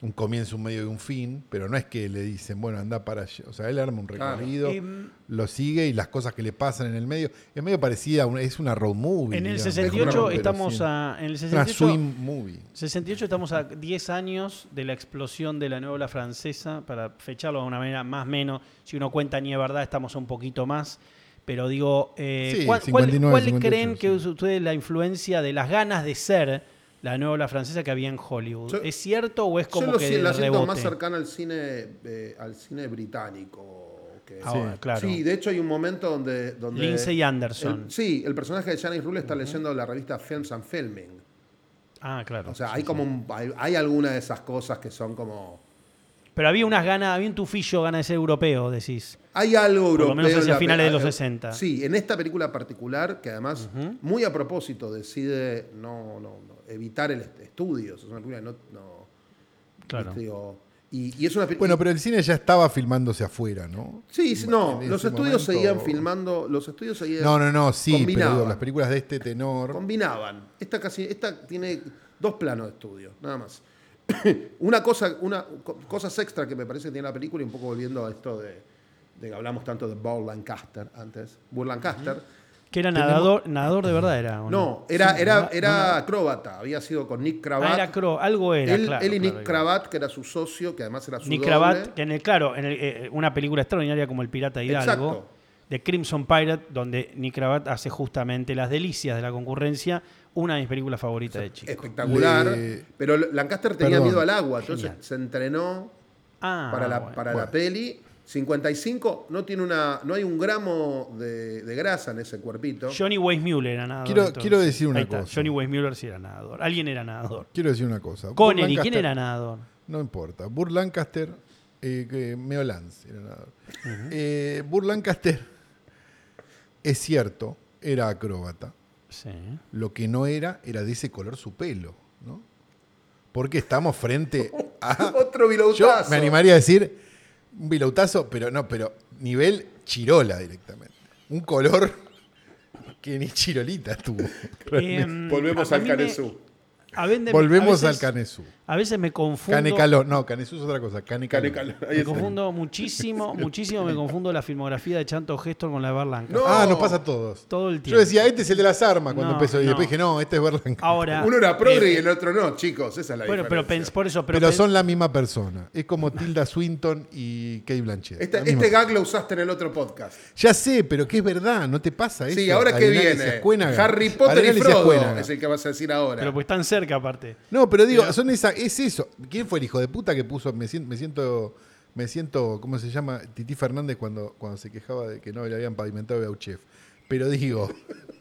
B: un comienzo, un medio y un fin, pero no es que le dicen, bueno, anda para allá. O sea, él arma un
A: Claro.
B: recorrido,
C: Em,
B: lo sigue y las cosas que le pasan en el medio. Es medio parecida, a una- es una road movie.
C: En el
B: digamos.
C: 68
B: Pero
C: estamos
B: sí.
C: a. En el
B: Una
C: 68,
B: Ah, swim movie.
C: 68 estamos a 10 años de la explosión de la novela francesa, para fecharlo de una manera más o menos. Si uno cuenta ni de verdad, estamos a un poquito más. Pero digo, eh,
B: Sí,
C: ¿cuál,
B: 59,
C: cuál- cuál
B: 58,
C: creen que es
B: sí.
C: ustedes la influencia de las ganas de ser la novela francesa que había en Hollywood?
A: Yo-
C: ¿Es cierto o es
A: Yo
C: como
A: lo
C: que
A: si- la
C: de
A: siento más
C: rebote?
A: cercana al cine, eh, al cine británico. que-
C: Ahora,
B: Sí.
C: claro.
A: Sí, de hecho hay un momento donde... donde
C: Lindsay Anderson.
A: el- sí, el personaje de Janice Rule está leyendo la revista Films and Filming.
C: ah, claro.
A: O sea, hay como... un- hay, hay alguna de esas cosas que son como...
C: Pero había unas ganas, había un tufillo ganas de ser europeo, decís.
A: Hay algo
C: lo
A: europeo.
C: menos
A: en
C: hacia
A: la pe-
C: finales de los
A: eh,
C: 60.
A: Sí, en esta película particular, que además, muy a propósito, decide no, no, no, evitar el est- estudio. Es una película que no... no-
C: Claro.
A: viste, digo, y, y es una pe-
B: Bueno, pero el cine ya estaba filmándose afuera, ¿no?
A: Sí, sí, no,
B: En
A: los
B: ese
A: estudios
B: momento-
A: seguían filmando, los estudios seguían
B: No, no, no, sí, pero
A: Combinaban.
B: digo, las películas de este tenor.
A: combinaban. Esta casi esta tiene dos planos de estudio, nada más. una cosa, una co- cosas extra que me parece que tiene la película y un poco volviendo a esto de, de que hablamos tanto de Burl Lancaster antes, Burl Lancaster.
C: Que era nadador, nadador de verdad era. ¿o
A: No, era
C: Sí,
A: era
C: nada-
A: era acróbata, había sido con Nick Cravat.
C: Ah, era cro- algo era.
A: él,
C: claro,
A: él y
C: claro,
A: Nick
C: claro.
A: Cravat, que era su socio, que además era su
C: Nick
A: doble.
C: Cravat, que en el, claro, en el, eh, una película extraordinaria como El Pirata Hidalgo,
A: Exacto.
C: de Crimson Pirate, donde Nick Cravat hace justamente las delicias de la concurrencia, una de mis películas favoritas de chico.
A: espectacular,
B: Le-
A: pero Lancaster tenía
B: Perdón.
A: miedo al agua, entonces
C: Genial.
A: se entrenó
C: Ah,
A: para, la,
C: bueno.
A: para
B: Bueno.
A: la peli. 55 no tiene una no hay un gramo de, de grasa en ese cuerpito.
C: Johnny Weissmuller era nadador.
B: Quiero-
C: entonces.
B: quiero decir una
C: Ahí está,
B: cosa.
C: Johnny Weissmuller sí era nadador. Alguien era nadador.
B: Quiero decir una cosa.
C: Connery,
B: Burt
C: ¿quién
B: Lancaster-
C: era nadador?
B: No importa. Burr Lancaster, eh, que- Meo Lance era nadador. Eh, Burt Lancaster, es cierto, era acróbata.
C: Sí.
B: Lo que no era, era de ese color su pelo, ¿no? Porque estamos frente a.
A: Ah, Otro
B: Yo
A: vilautazo.
B: me animaría a decir un vilautazo, pero no, pero nivel chirola directamente. Un color que ni chirolita tuvo.
C: Em,
A: Volvemos
C: a- a
A: al
C: mí me-
A: Canesú.
C: a vende-
B: Volvemos
C: a
B: al
C: veces-
B: Canesú.
C: A veces me confundo.
B: Canecaló, no, Canesú es otra cosa. Canecaló.
A: Canecal- ahí
C: Me
A: está.
C: confundo muchísimo, muchísimo me confundo la filmografía de Chanto Gestor con la de Barlanca.
A: No.
B: Ah, nos pasa a todos.
C: Todo el
B: Yo
C: tiempo.
B: decía, este es el de las armas cuando
C: No,
B: empezó. Y
C: no.
B: después dije, no, este es Berlanca.
C: Ahora.
A: Uno era progre
C: eh,
A: y el otro no, chicos, esa es la
C: Bueno, pero pens-
A: diferencia.
C: por eso. Pero,
B: Pero,
C: pens-
B: son la misma persona. Es como Tilda Swinton y Kate Blanchett.
A: Esta-
B: La
A: este
B: misma-
A: gag lo usaste en el otro podcast.
B: Ya sé, pero que es verdad, no te pasa eso.
A: Sí, ahora que
B: Arenales y
A: viene
B: Ascuénaga.
A: Harry Potter
B: Arenales
A: y
B: y
A: Frodo
B: Ascuénaga.
A: es el que vas a decir ahora.
C: pero pues tan cerca, aparte.
B: No, pero digo, son esa, es eso. ¿Quién fue el hijo de puta que puso? Me siento, me siento, me siento, ¿cómo se llama? Titi Fernández cuando, cuando se quejaba de que no le habían pavimentado Bauchef. Pero digo,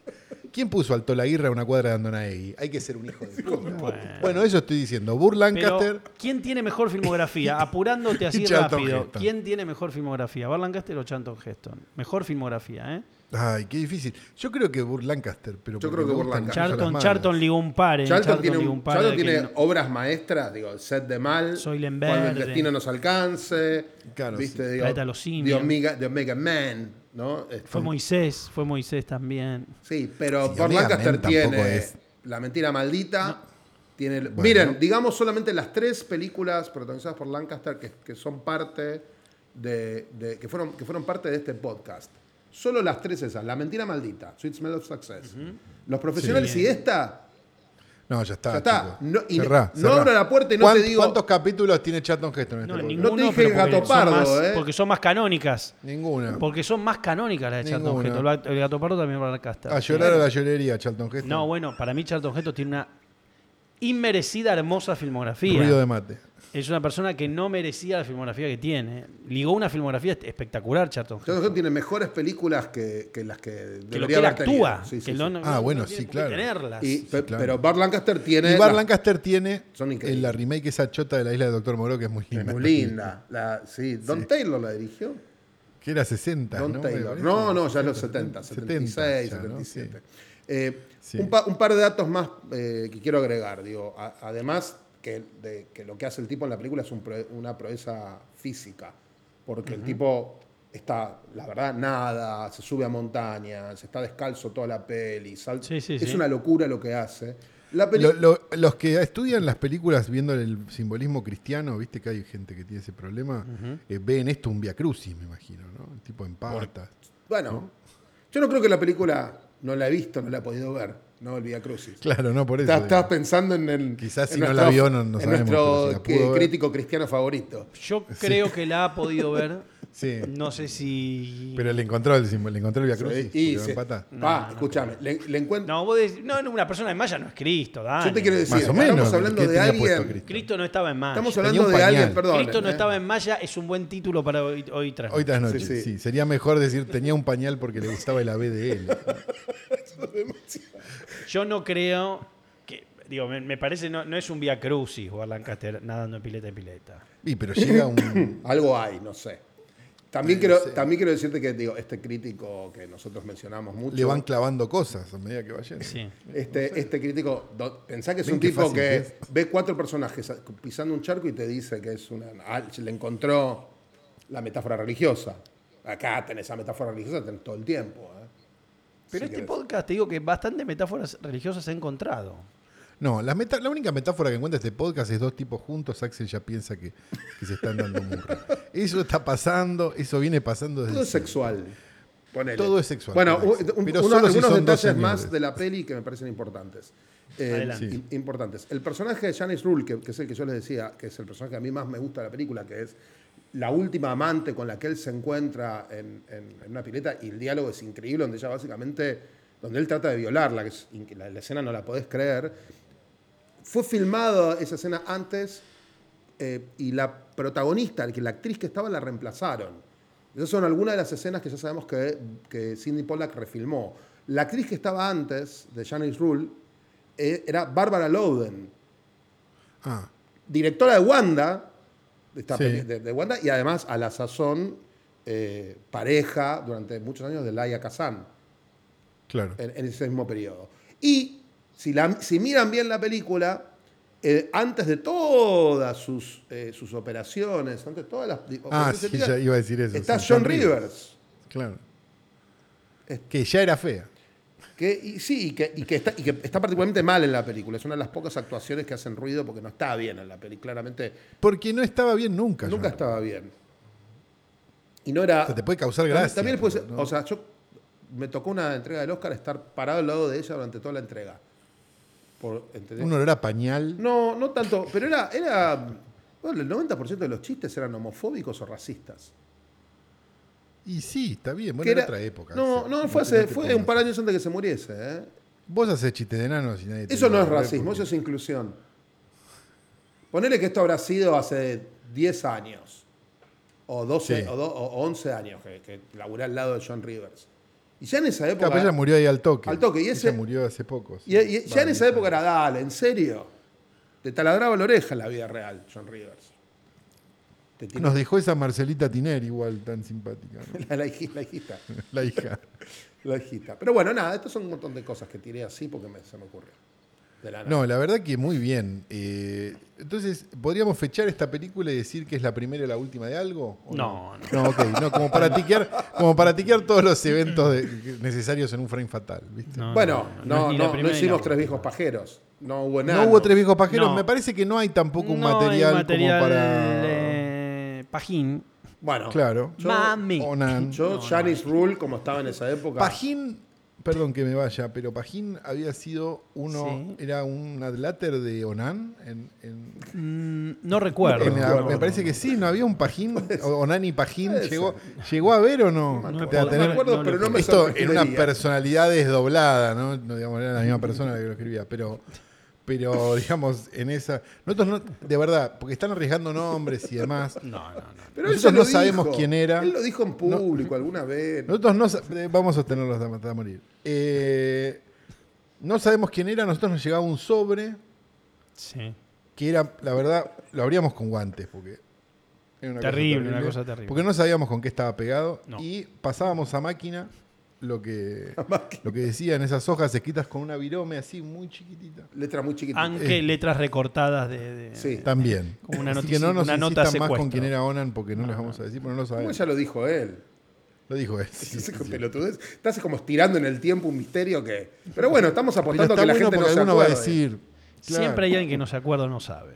B: ¿quién puso al Tolaguirre a una cuadra de Andonaegui? Hay que ser un hijo de
C: pues,
B: puta. Bueno, eso estoy diciendo. Burr
C: Eh. Pero,
B: Lancaster,
C: ¿quién tiene mejor filmografía? Apurándote así
B: Y Charlton
C: rápido.
B: Heston.
C: ¿Quién tiene mejor filmografía? ¿Bar Lancaster o Chanton Heston? Mejor filmografía, ¿eh?
B: ay, qué difícil. Yo creo que Burr Lancaster, pero
A: Yo
B: porque
A: creo que
B: me
A: Burr Lancaster.
B: gustan mucho las
C: Charlton,
B: malas.
C: Charlton ligó un par, ¿eh?
A: Charlton tiene,
C: ligó
A: un-
C: un par
A: Charlton
C: de que
A: tiene
C: no-
A: obras maestras, digo, Set de Mal,
C: Soy Len
A: Cuando el
C: Verde.
A: destino nos alcance,
B: Claro,
A: ¿viste?
B: sí.
A: Digo,
C: Planeta de los
A: The
C: Simios.
A: Omega, The Omega Man, ¿no? Este,
C: Fue Moisés, fue Moisés también.
A: Sí, pero
B: Sí,
A: Burt
B: Omega
A: Lancaster
B: Man tampoco
A: tiene
B: es.
A: La mentira maldita. Tiene, el- Miren, digamos solamente las tres películas protagonizadas por Lancaster que, que son parte de, de- que, fueron, que fueron parte de este podcast. Solo las tres esas. La mentira maldita, Sweet Smell of Success. Los profesionales
C: Sí.
A: y esta...
B: No, ya está.
A: Ya está.
B: chico.
A: No- y
B: Cerrá,
A: no- no
B: cerrá.
A: abro la puerta y no te
B: ¿Cuán-
A: digo-
B: ¿Cuántos capítulos tiene Chaton Geston? en
C: No,
B: este podcast?
C: ninguno,
A: No te dije
C: pero porque
A: gato
C: son
A: pardo,
C: más-
A: ¿eh?
C: Porque son más canónicas.
B: Ninguna.
C: Porque son más canónicas las de Charlton
B: Ninguna. Ah,
C: Heston. El gato- El gato pardo también va a Caster.
B: A llorar a la llorería, Charlton Heston.
C: No, bueno, para mí Charlton Heston tiene una inmerecida hermosa filmografía.
B: Ruido de mate.
C: Es una persona que no merecía la filmografía que tiene. Ligó una filmografía espectacular, Charlton Heston.
A: John Hurt tiene mejores películas que, que las que
C: Que
A: debería
C: lo que él
A: haber tenido.
C: actúa.
A: Sí, sí,
C: que
A: sí.
C: no- no-
B: Ah,
C: no
B: bueno,
C: tiene
B: sí,
C: por qué
B: claro.
C: tenerlas.
A: Y- pe-
B: claro.
A: Pero Bart Lancaster tiene...
B: Y Bar
A: la-
B: Lancaster tiene
A: Son increíbles.
B: eh, la remake esa chota de la isla de Doctor Moreau que es muy
A: Es
B: linda.
A: muy linda. La- sí, Don Taylor la dirigió.
B: Que era 60,
A: Don
B: ¿no? Me
A: Taylor.
B: parece.
A: No, no, ya es los 70,
B: 70,
A: 76,
B: ya, ¿no?
A: 77.
B: Sí.
A: Eh,
B: Sí.
A: un, pa- un par de datos más eh, que quiero agregar. Digo, a- además que, de, que lo que hace el tipo en la película es un pro- una proeza física, porque el tipo está, la verdad, nada, se sube a montañas, está descalzo toda la peli, salta.
C: Sí, sí,
A: es
C: sí.
A: una locura lo que hace. La peli-
B: Lo- lo- los que estudian las películas viendo el simbolismo cristiano, viste que hay gente que tiene ese problema, eh, ven esto un via crucis, me imagino, ¿no? El tipo en patas.
A: bueno, yo no creo que la película, no la he visto, no la he podido ver, ¿no? El Vía Crucis.
B: Claro, no, por eso.
A: Estás,
B: digo.
A: estás pensando en el.
B: Quizás
A: en
B: si no la vio, no- no
A: en
B: sabemos, pero si
A: nuestro
B: la pudo
A: eh,
B: ver.
A: crítico cristiano favorito.
C: Yo creo que la ha podido ver.
B: Sí.
C: No sé si.
B: Pero le encontró el símbolo, le encontró el via crucis.
A: y
B: porque va
A: se-
B: en patas.
A: Pa, escúchame, le, le encuentro.
C: No, vos decís, no, no, una persona en malla no es Cristo, Dani.
A: yo te quiero decir,
B: Más o
A: estamos
B: menos,
A: hablando
B: ¿qué
A: de
B: tenía puesto
A: alguien.
B: Cristo?
C: Cristo no estaba en malla.
A: Estamos
B: Tenía
A: hablando
B: un
A: de
B: pañal.
A: alguien, perdón.
C: Cristo no
A: eh.
C: estaba en malla es un buen título para hoy, hoy tras
B: Hoy tras noche,
A: Sí,
B: sí,
A: sí.
B: Sería mejor decir tenía un pañal porque le gustaba el AB de él.
C: Yo no creo que. Digo, me, me parece no, no es un vía crucis o Lancaster nadando en pileta en pileta.
B: Y pero llega un,
A: Algo hay, no sé. También quiero, también quiero decirte que digo, este crítico que nosotros mencionamos mucho.
B: le van clavando cosas a medida que va yendo.
C: Sí.
A: este, este crítico, do- pensá que es
B: Ven
A: un
B: qué
A: tipo
B: fácil
A: que
B: que es.
A: ve cuatro personajes pisando un charco y te dice que es una. ah, le encontró la metáfora religiosa. Acá tenés esa metáfora religiosa tenés todo el tiempo. ¿eh?
C: Pero
A: Sí
C: este
A: que-
C: podcast, te digo que bastantes metáforas religiosas he encontrado.
B: No, la, meta- la única metáfora que encuentra este podcast es dos tipos juntos. Axel ya piensa que, que se están dando murra. Eso está pasando, eso viene pasando desde.
A: Todo es
B: siempre.
A: sexual. Ponele.
B: Todo es sexual,
A: Bueno,
B: Alex.
A: un- un-
B: Pero
A: uno-
B: solo si
A: algunos
B: son dos
A: detalles más
B: señores.
A: de la peli que me parecen importantes. Eh,
C: Adelante.
A: im- Importantes. El personaje de Janice Rule, que, que es el que yo les decía, que es el personaje que a mí más me gusta de la película, que es la última amante con la que él se encuentra en, en- en una pileta, y el diálogo es increíble, donde ella básicamente, donde él trata de violarla, que es in- la- la escena no la podés creer. Fue filmada esa escena antes eh, y la protagonista, que la actriz que estaba, la reemplazaron. Esas son algunas de las escenas que ya sabemos que, que Cindy Pollack refilmó. La actriz que estaba antes de Janice Rule eh, era Barbara Loden,
B: Ah,
A: directora de Wanda, de, esta
B: Sí.
A: peli- de- de Wanda, y además a la sazón eh, pareja durante muchos años de Laia Kazan
B: claro.
A: en, en ese mismo periodo. Y si, la- si miran bien la película, eh, antes de todas sus, eh, sus operaciones, antes de todas las. di-
B: Ah,
A: operaciones
B: sí,
A: éticas,
B: ya iba a decir eso.
A: Está
B: sí,
A: John Rivers.
B: Claro.
A: Es-
B: Que ya era fea.
A: Que, y, sí, y que, y que está, y que está particularmente mal en la película. Es una de las pocas actuaciones que hacen ruido porque no está bien en la película. Claramente,
B: Porque no estaba bien nunca.
A: nunca
B: John.
A: estaba bien. Y no era.
B: O sea, te puede causar
A: También-
B: gracia.
A: También puede ser-
B: pero no.
A: O sea, yo me tocó una entrega del Oscar estar parado al lado de ella durante toda la entrega. Por, ¿entendés?
B: Un olor a pañal.
A: No, no tanto, pero era, era bueno, el 90% de los chistes eran homofóbicos o racistas.
B: Y sí, está bien. Bueno,
A: Que
B: era,
A: era-
B: otra época.
A: No,
B: Axel.
A: no, fue,
B: te-
A: hace,
B: te
A: fue
B: pongas.
A: un par de años antes de que se muriese. ¿eh?
B: Vos haces chistes de enanos y nadie te
A: Eso
B: dice
A: no es
B: nada,
A: racismo, eso
B: porque-
A: es inclusión. Ponele que esto habrá sido hace 10 años, o 12,
B: Sí.
A: o, do- o 11 años, que, que laburé al lado de John Rivers. Y ya en esa época...
B: Capaz ella murió ahí al toque.
A: Al toque, y
B: Ella
A: ese-
B: murió hace poco. sí.
A: Y, y ya en
B: Vale,
A: esa época era, dale, en serio. Te taladraba la oreja en la vida real, John Rivers. Te tiró
B: Nos dejó esa Marcelita Tiner igual tan simpática, ¿no?
A: la, la hij- la hijita.
B: la hija.
A: La hijita. Pero bueno, nada, estos son un montón de cosas que tiré así porque me- se me ocurrió. De la nada.
B: No, la verdad que muy bien. Eh, entonces, ¿podríamos fechar esta película y decir que es la primera y la última de algo? ¿o
C: No,
B: no. No, ok, no, como para tiquear, como para tiquear todos los eventos de- necesarios en un frame fatal, ¿viste? No,
C: No,
A: bueno,
C: no, no,
A: no,
C: no es ni
A: no,
C: la
A: no
C: primera ni
A: hicimos
C: la
A: tres
C: última.
A: viejos pajeros. No hubo nada.
B: hubo tres viejos pajeros,
C: No.
B: me parece que no hay tampoco un
C: No hay
B: material, eh,
C: material,
B: como para.
C: eh, pajín.
A: Bueno,
B: Claro.
A: yo-
C: Mami.
B: Onan.
A: Yo, Janis Rule, como estaba en esa época.
B: Pajín, perdón que me vaya, pero Pajín había sido uno,
C: Sí.
B: era un adláter de Onan. En, en-
C: Mm, no recuerdo.
B: en la-
A: acuerdo.
B: Eh, me parece que sí, no había un Pajín, o- Onan y Pajín, llegó, llegó a ver o no.
C: me
B: O sea,
C: acuerdo.
A: no
B: tener-
A: me acuerdo,
C: no
A: pero
C: lo-
A: no me
B: esto en una
A: sorprendería.
B: personalidad desdoblada, ¿no? No digamos, era la misma persona la que lo escribía, pero, pero digamos, en esa. Nosotros no, de verdad, porque están arriesgando nombres y demás.
C: No, no, no.
A: Pero él
B: Nosotros
A: ya lo
B: no sabemos
A: dijo.
B: quién era.
A: Él lo dijo en público alguna vez.
B: Nosotros no sa- eh, vamos a sostenerlos hasta morir. Eh, no sabemos quién era, a nosotros nos llegaba un sobre
C: Sí.
B: que era, la verdad, lo abríamos con guantes porque era una
C: Terrible, una cosa terrible.
B: Porque no sabíamos con qué estaba pegado
C: No.
B: y pasábamos a máquina lo que lo que decían esas hojas escritas con una virome así muy chiquitita.
A: Letra muy chiquita.
B: Eh.
C: Aunque letras recortadas de. de-
A: Sí.
B: También.
C: Como una
B: Así
C: notici-
B: que no nos
C: una nota
B: insistan más con
C: secuestro.
B: quién era Onan porque no, les vamos a decir, pero no lo
A: Como
B: sabemos.
A: ya lo dijo él.
B: Lo dijo él.
A: Sí, sí, con pelotudez. Estás como estirando en el tiempo un misterio que. Pero bueno, estamos
B: Pero
A: apostando
B: está
A: a que la
B: bueno
A: gente no
B: porque
A: se
B: alguno va a
A: acuerde.
B: decir. claro.
C: Siempre hay alguien que no se acuerda o no sabe.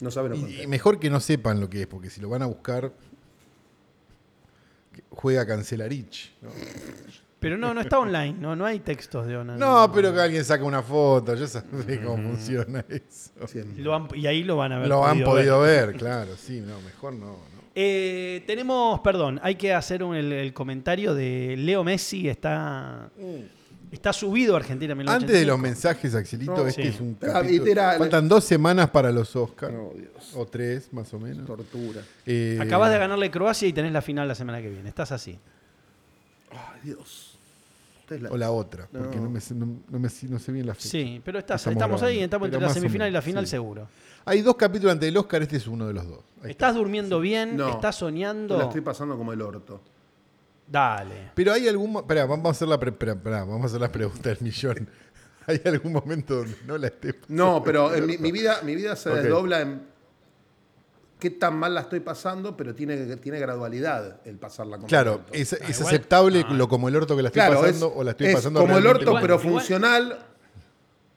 A: No sabe lo
B: Y, y
A: que
B: mejor que no sepan lo que es, porque si lo van a buscar, que- juega Cancelarich. ¿no?
C: Pero no, no está online, no, no hay textos de Onan.
B: no, pero que alguien saca una foto, yo sabía
A: Mm.
B: cómo funciona eso.
A: Siempre.
C: Lo han- y ahí lo van a ver. Eh,
B: Lo han podido ver, claro, sí, no, mejor no. no.
C: tenemos, perdón, hay que hacer un- el, el comentario de Leo Messi. Está, está subido a Argentina en
B: Mm. Antes de los
C: 1985.
B: mensajes, Axelito,
A: No,
B: este
C: sí.
B: es un
A: Ah,
B: capítulo.
A: literal.
B: Faltan dos semanas para los Oscars,
A: No, Oh, Dios.
B: o tres más o menos.
A: Tortura.
B: Eh,
C: Acabas de ganarle Croacia y tenés la final la semana que viene. Estás así.
A: Ay, Dios. Ustedes la-
B: O la otra, porque
A: No.
B: no, me, sé- no- no me sé- no sé bien la fecha.
C: Sí, pero estás,
B: Estamos
C: estamos, ahí,
B: grabando.
C: estamos entre
B: Pero
C: la
B: más o
C: semifinal y la
B: menos,
C: final
B: sí.
C: seguro.
B: Hay dos capítulos antes del Oscar, este es uno de los dos. Ahí está.
C: ¿Estás durmiendo bien?
A: No.
C: ¿Estás
A: la
C: soñando?
A: estoy pasando como el orto.
C: Dale.
B: Pero hay algún. mo- Pará, vamos a hacer la, pre- pará, pará, vamos a hacer la pregunta del millón. ¿Hay algún momento donde no la esté
A: No, pero en mi, mi vida, mi vida se
B: Ok.
A: desdobla en qué tan mal la estoy pasando, pero tiene, tiene gradualidad el pasarla como el
B: Claro,
A: orto.
B: ¿es, es
C: igual-
B: aceptable
C: no.
B: lo como el orto que la estoy
A: Claro,
B: pasando
A: es-
B: o la estoy
A: es
B: pasando
A: como el
B: realmente
A: orto,
B: mal?
A: pero
C: Igual-
A: funcional.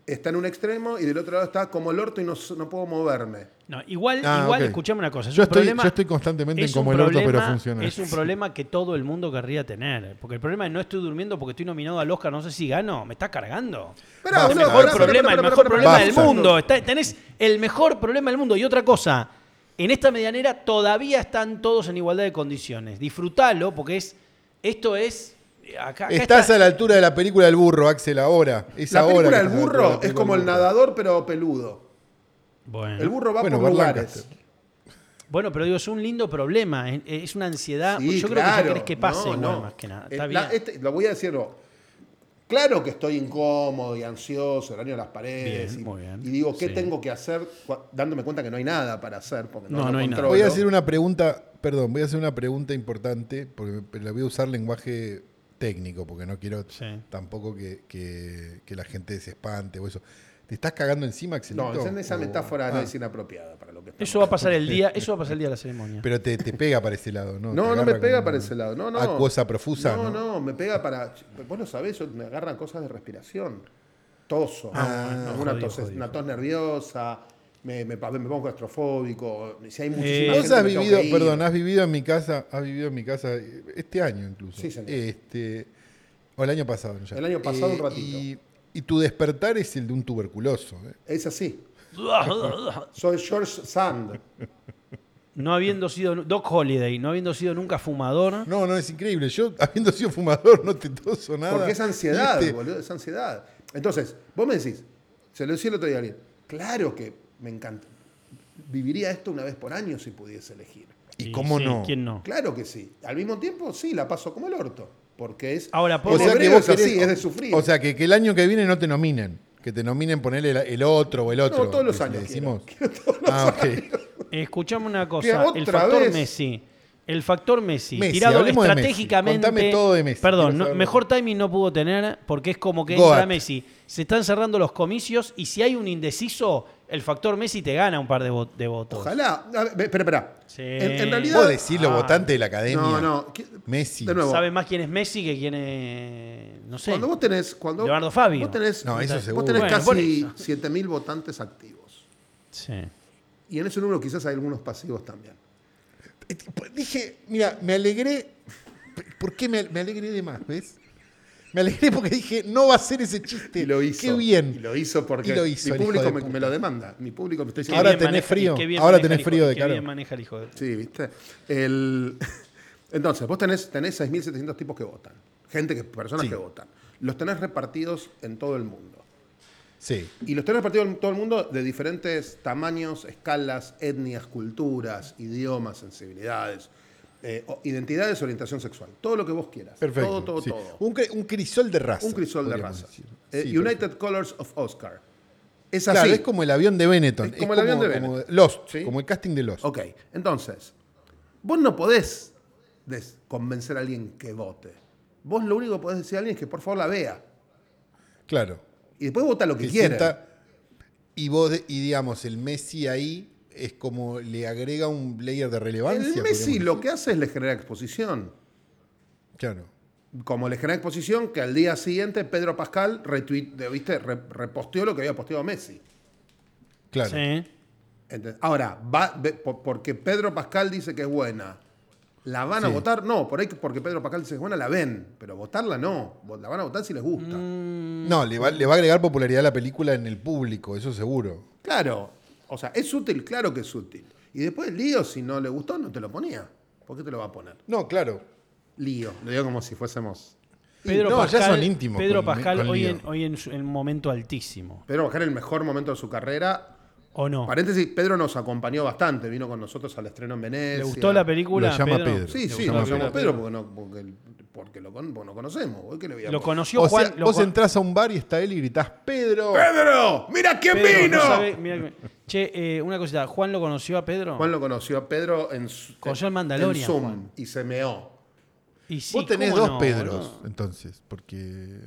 A: Está en un extremo y del otro lado está como el orto y no, s- no puedo moverme.
C: No, igual,
B: Ah,
C: igual
B: ok.
C: escuchame una cosa. Es
B: Yo
C: un
B: estoy,
C: problema-
B: yo estoy constantemente en
C: es un
B: como el orto, pero
C: problema-
B: funciona.
C: Es un problema que todo el mundo querría tener. Porque el problema es no estoy durmiendo porque estoy nominado al Oscar, no sé si gano. Me estás cargando.
A: Pero,
B: Basta.
C: el
A: boludo,
C: mejor
A: pará, pará,
C: problema,
A: pará,
C: el
A: pará,
C: mejor
A: pará,
C: problema
A: pará,
C: del
A: pará.
C: mundo. Está- tenés el mejor problema del mundo. Y otra cosa, en esta medianera todavía están todos en igualdad de condiciones. Disfrutalo porque es esto es... Acá, acá
B: Estás
C: está-
B: a la altura de la película del burro, Axel, ahora. Es
A: La
B: ahora.
A: película del
B: que estás a la altura de la
A: burro es
B: película
A: como
B: del
A: el
B: burro.
A: nadador, pero peludo.
C: Bueno.
A: El burro va
B: Bueno,
A: por
B: Burt
A: lugares.
B: Lancaster.
C: Bueno, pero digo, es un lindo problema. Es, es una ansiedad.
A: Sí,
C: Ah, yo creo que
A: claro.
C: ya querés que pase
A: No,
C: igual,
A: no.
C: más que nada.
A: Eh,
C: Está bien.
A: la- este- lo voy a decirlo. Claro que estoy incómodo y ansioso, el año de las paredes.
C: Bien,
A: y,
C: muy bien.
A: y digo, ¿qué
C: Sí.
A: tengo que hacer? Cu- Dándome cuenta que no hay nada para hacer. Porque no,
C: No,
A: lo
C: no hay
A: controlo.
C: nada.
B: Voy a hacer una pregunta, perdón, voy a hacer una pregunta importante, porque me- pero la voy a usar lenguaje técnico, porque no quiero
C: Sí.
B: tampoco que, que- que la gente se espante o eso. ¿Te estás cagando encima, Ah, Axel?
A: No, esa- esa metáfora no es inapropiada para lo que estamos.
C: Eso va a pasar el día, eso va a pasar el día de la ceremonia.
B: Pero te, te pega para ese lado, ¿no?
A: No,
B: Te
A: no me
B: agarra
A: pega
B: como
A: para ese lado. No, no.
B: Acuosa profusa.
A: No,
B: No,
A: no, me pega para. Vos lo sabés, yo- me agarran cosas de respiración. Toso.
B: Ah,
A: alguna
C: jodido,
A: tos,
C: jodido.
A: una tos nerviosa. Me, me, pa- me pongo claustrofóbico. Si hay muchísima
C: Eh,
A: gente,
B: Vos has
A: me tengo
B: vivido,
A: que ir.
B: perdón, has vivido en mi casa, has vivido en mi casa eh, este año incluso.
A: Sí, señor.
B: Este, o el año pasado ya. Eh,
A: El año pasado, un ratito.
B: Y, y tu despertar es el de un tuberculoso. ¿eh?
A: Es así. Soy George Sand.
C: No habiendo sido Doc Holiday, no habiendo sido nunca fumador.
B: No, no, es increíble. Yo, habiendo sido fumador, no te toso nada.
A: Porque es ansiedad,
B: Y este-
A: boludo, es ansiedad. Entonces, vos me decís, se lo decía el otro día a alguien, claro que me encanta. Viviría esto una vez por año si pudiese elegir.
B: ¿Y cómo
C: sí,
B: no?
C: ¿Quién no?
A: Claro que sí. Al mismo tiempo, sí, la paso como el orto. Porque es.
C: Ahora,
A: en
C: O sea que
A: hebreo
B: vos
A: es así,
B: querés-
A: es de sufrir.
B: O sea, que, que el año que viene no te nominen. Que te nominen ponerle el, el otro o el otro.
A: todos los
B: le-
A: años
B: le
A: quiero.
B: decimos. ah, ok.
C: Escuchame una
A: Que
C: cosa,
A: otra
C: el factor
A: vez.
C: Messi. El factor Messi,
B: Messi,
C: tirado
B: hablemos de Messi.
C: estratégicamente.
B: Contame todo de Messi, quiero
C: Perdón, no-
B: saber.
C: mejor timing no pudo tener porque es como que
B: Goat.
C: entra Messi. Se están cerrando los comicios y si hay un indeciso, el factor Messi te gana un par de, vo- de votos.
A: Ojalá. A ver, espera, espera.
C: Sí.
A: En, en realidad.
B: Vos decís los
C: Ah.
B: votantes de la academia.
A: no, no. que-
B: Messi.
A: De nuevo.
C: Sabe más quién es Messi que quién es. No sé.
A: Cuando vos tenés. Cuando
C: Leonardo Fabio.
A: Vos tenés,
B: No, eso seguro.
A: vos tenés
C: Bueno, por
A: casi
C: eso.
A: 7.000 votantes activos.
C: Sí.
A: Y en ese número quizás hay algunos pasivos también.
B: Eh, tipo, Dije, mira, me alegré. ¿Por qué me, me alegré de más, ves? Me alegré porque dije, no va a ser ese chiste.
A: Y lo hizo.
B: Qué bien.
A: Y lo hizo porque
B: Y lo hizo,
A: mi
B: el hijo
A: público
B: de
A: me,
B: puta.
A: me lo demanda. Mi público me está
C: Qué
A: diciendo.
B: Ahora
C: bien
B: tenés
C: maneja-
B: frío,
C: y qué bien
B: ahora
C: maneja
B: tenés
C: el hijo-
B: frío de
C: qué
B: cara.
C: bien maneja el hijo de.
A: Sí, ¿viste? El- Entonces, vos tenés, tenés 6.700 tipos que votan. Gente, que, personas
B: Sí.
A: que votan. Los tenés repartidos en todo el mundo.
B: Sí.
A: Y los tenés repartidos en todo el mundo de diferentes tamaños, escalas, etnias, culturas, idiomas, sensibilidades, eh, o- identidades, orientación sexual. Todo lo que vos quieras.
B: Perfecto.
A: Todo, todo,
B: sí.
A: todo.
B: Un, cri- un crisol de raza.
A: Un crisol de
B: podríamos
A: raza.
B: decir.
A: Eh,
B: Sí,
A: United
B: perfecto.
A: Colors of Oscar. Es así.
B: Claro, es como el avión de Benetton.
A: Es como el avión de
B: como
A: Benetton.
B: Lost,
A: Sí.
B: como el casting de Lost.
A: Ok, entonces, vos no podés des- convencer a alguien que vote. Vos lo único que podés decir a alguien es que por favor la vea.
B: Claro.
A: Y después vota lo que,
B: Que
A: quiera.
B: sienta- y vos, de- y digamos, el Messi ahí es como le agrega un layer de relevancia.
A: El Messi
B: podríamos
A: lo que hace es le genera exposición.
B: decir. Claro.
A: Como le genera exposición, que al día siguiente Pedro Pascal retuit- eh, ¿viste? Re- reposteó lo que había posteado Messi.
B: Claro.
C: Sí.
A: Ente- Ahora, va, ve- po- porque Pedro Pascal dice que es buena, ¿la van a
B: Sí.
A: votar? No, por ahí que- porque Pedro Pascal dice que es buena, la ven, pero votarla no. Vo- La van a votar si les gusta.
B: No, le va, le va a agregar popularidad a la película en el público, eso seguro.
A: Claro, o sea, es útil, claro que es útil. Y después el lío, si no le gustó, no te lo ponía. ¿Por qué te lo va a poner?
B: No, claro.
A: Lío, lo digo como si fuésemos.
C: Pedro
B: No, ya
C: Pascal,
B: son íntimos
C: Pedro
B: con-
C: Pascal
B: con
C: hoy,
B: Lío.
C: en, hoy en su- en un momento altísimo.
A: Pedro Pascal, el mejor momento de su carrera.
C: ¿O no?
A: Paréntesis, Pedro nos acompañó bastante, vino con nosotros al estreno en Venecia.
C: ¿Le gustó la película?
B: Lo llama Pedro.
A: Sí,
C: ¿Le
A: sí,
C: gustó
A: lo llamó
C: la película?
A: Pedro porque no, porque, porque lo, con- porque no conocemos. ¿Por qué le voy a
C: Lo
A: poner?
C: conoció
B: O
C: Juan.
B: sea,
C: lo
B: vos
C: Juan-
B: entrás a un bar y está él y gritás, ¡Pedro!
A: ¡Pedro! ¡Mira quién
C: Pedro,
A: vino!
C: no sabe- mirá que- che, eh, una cosita. ¿Juan lo conoció a Pedro?
A: Juan lo conoció a Pedro en, su-
C: Conoció al
A: en
C: Mandalorian,
A: Zoom
C: Juan.
A: y se meó.
C: Y sí,
B: Vos tenés
C: ¿cómo
B: dos
C: no,
B: Pedros,
C: boludo?
B: entonces, porque...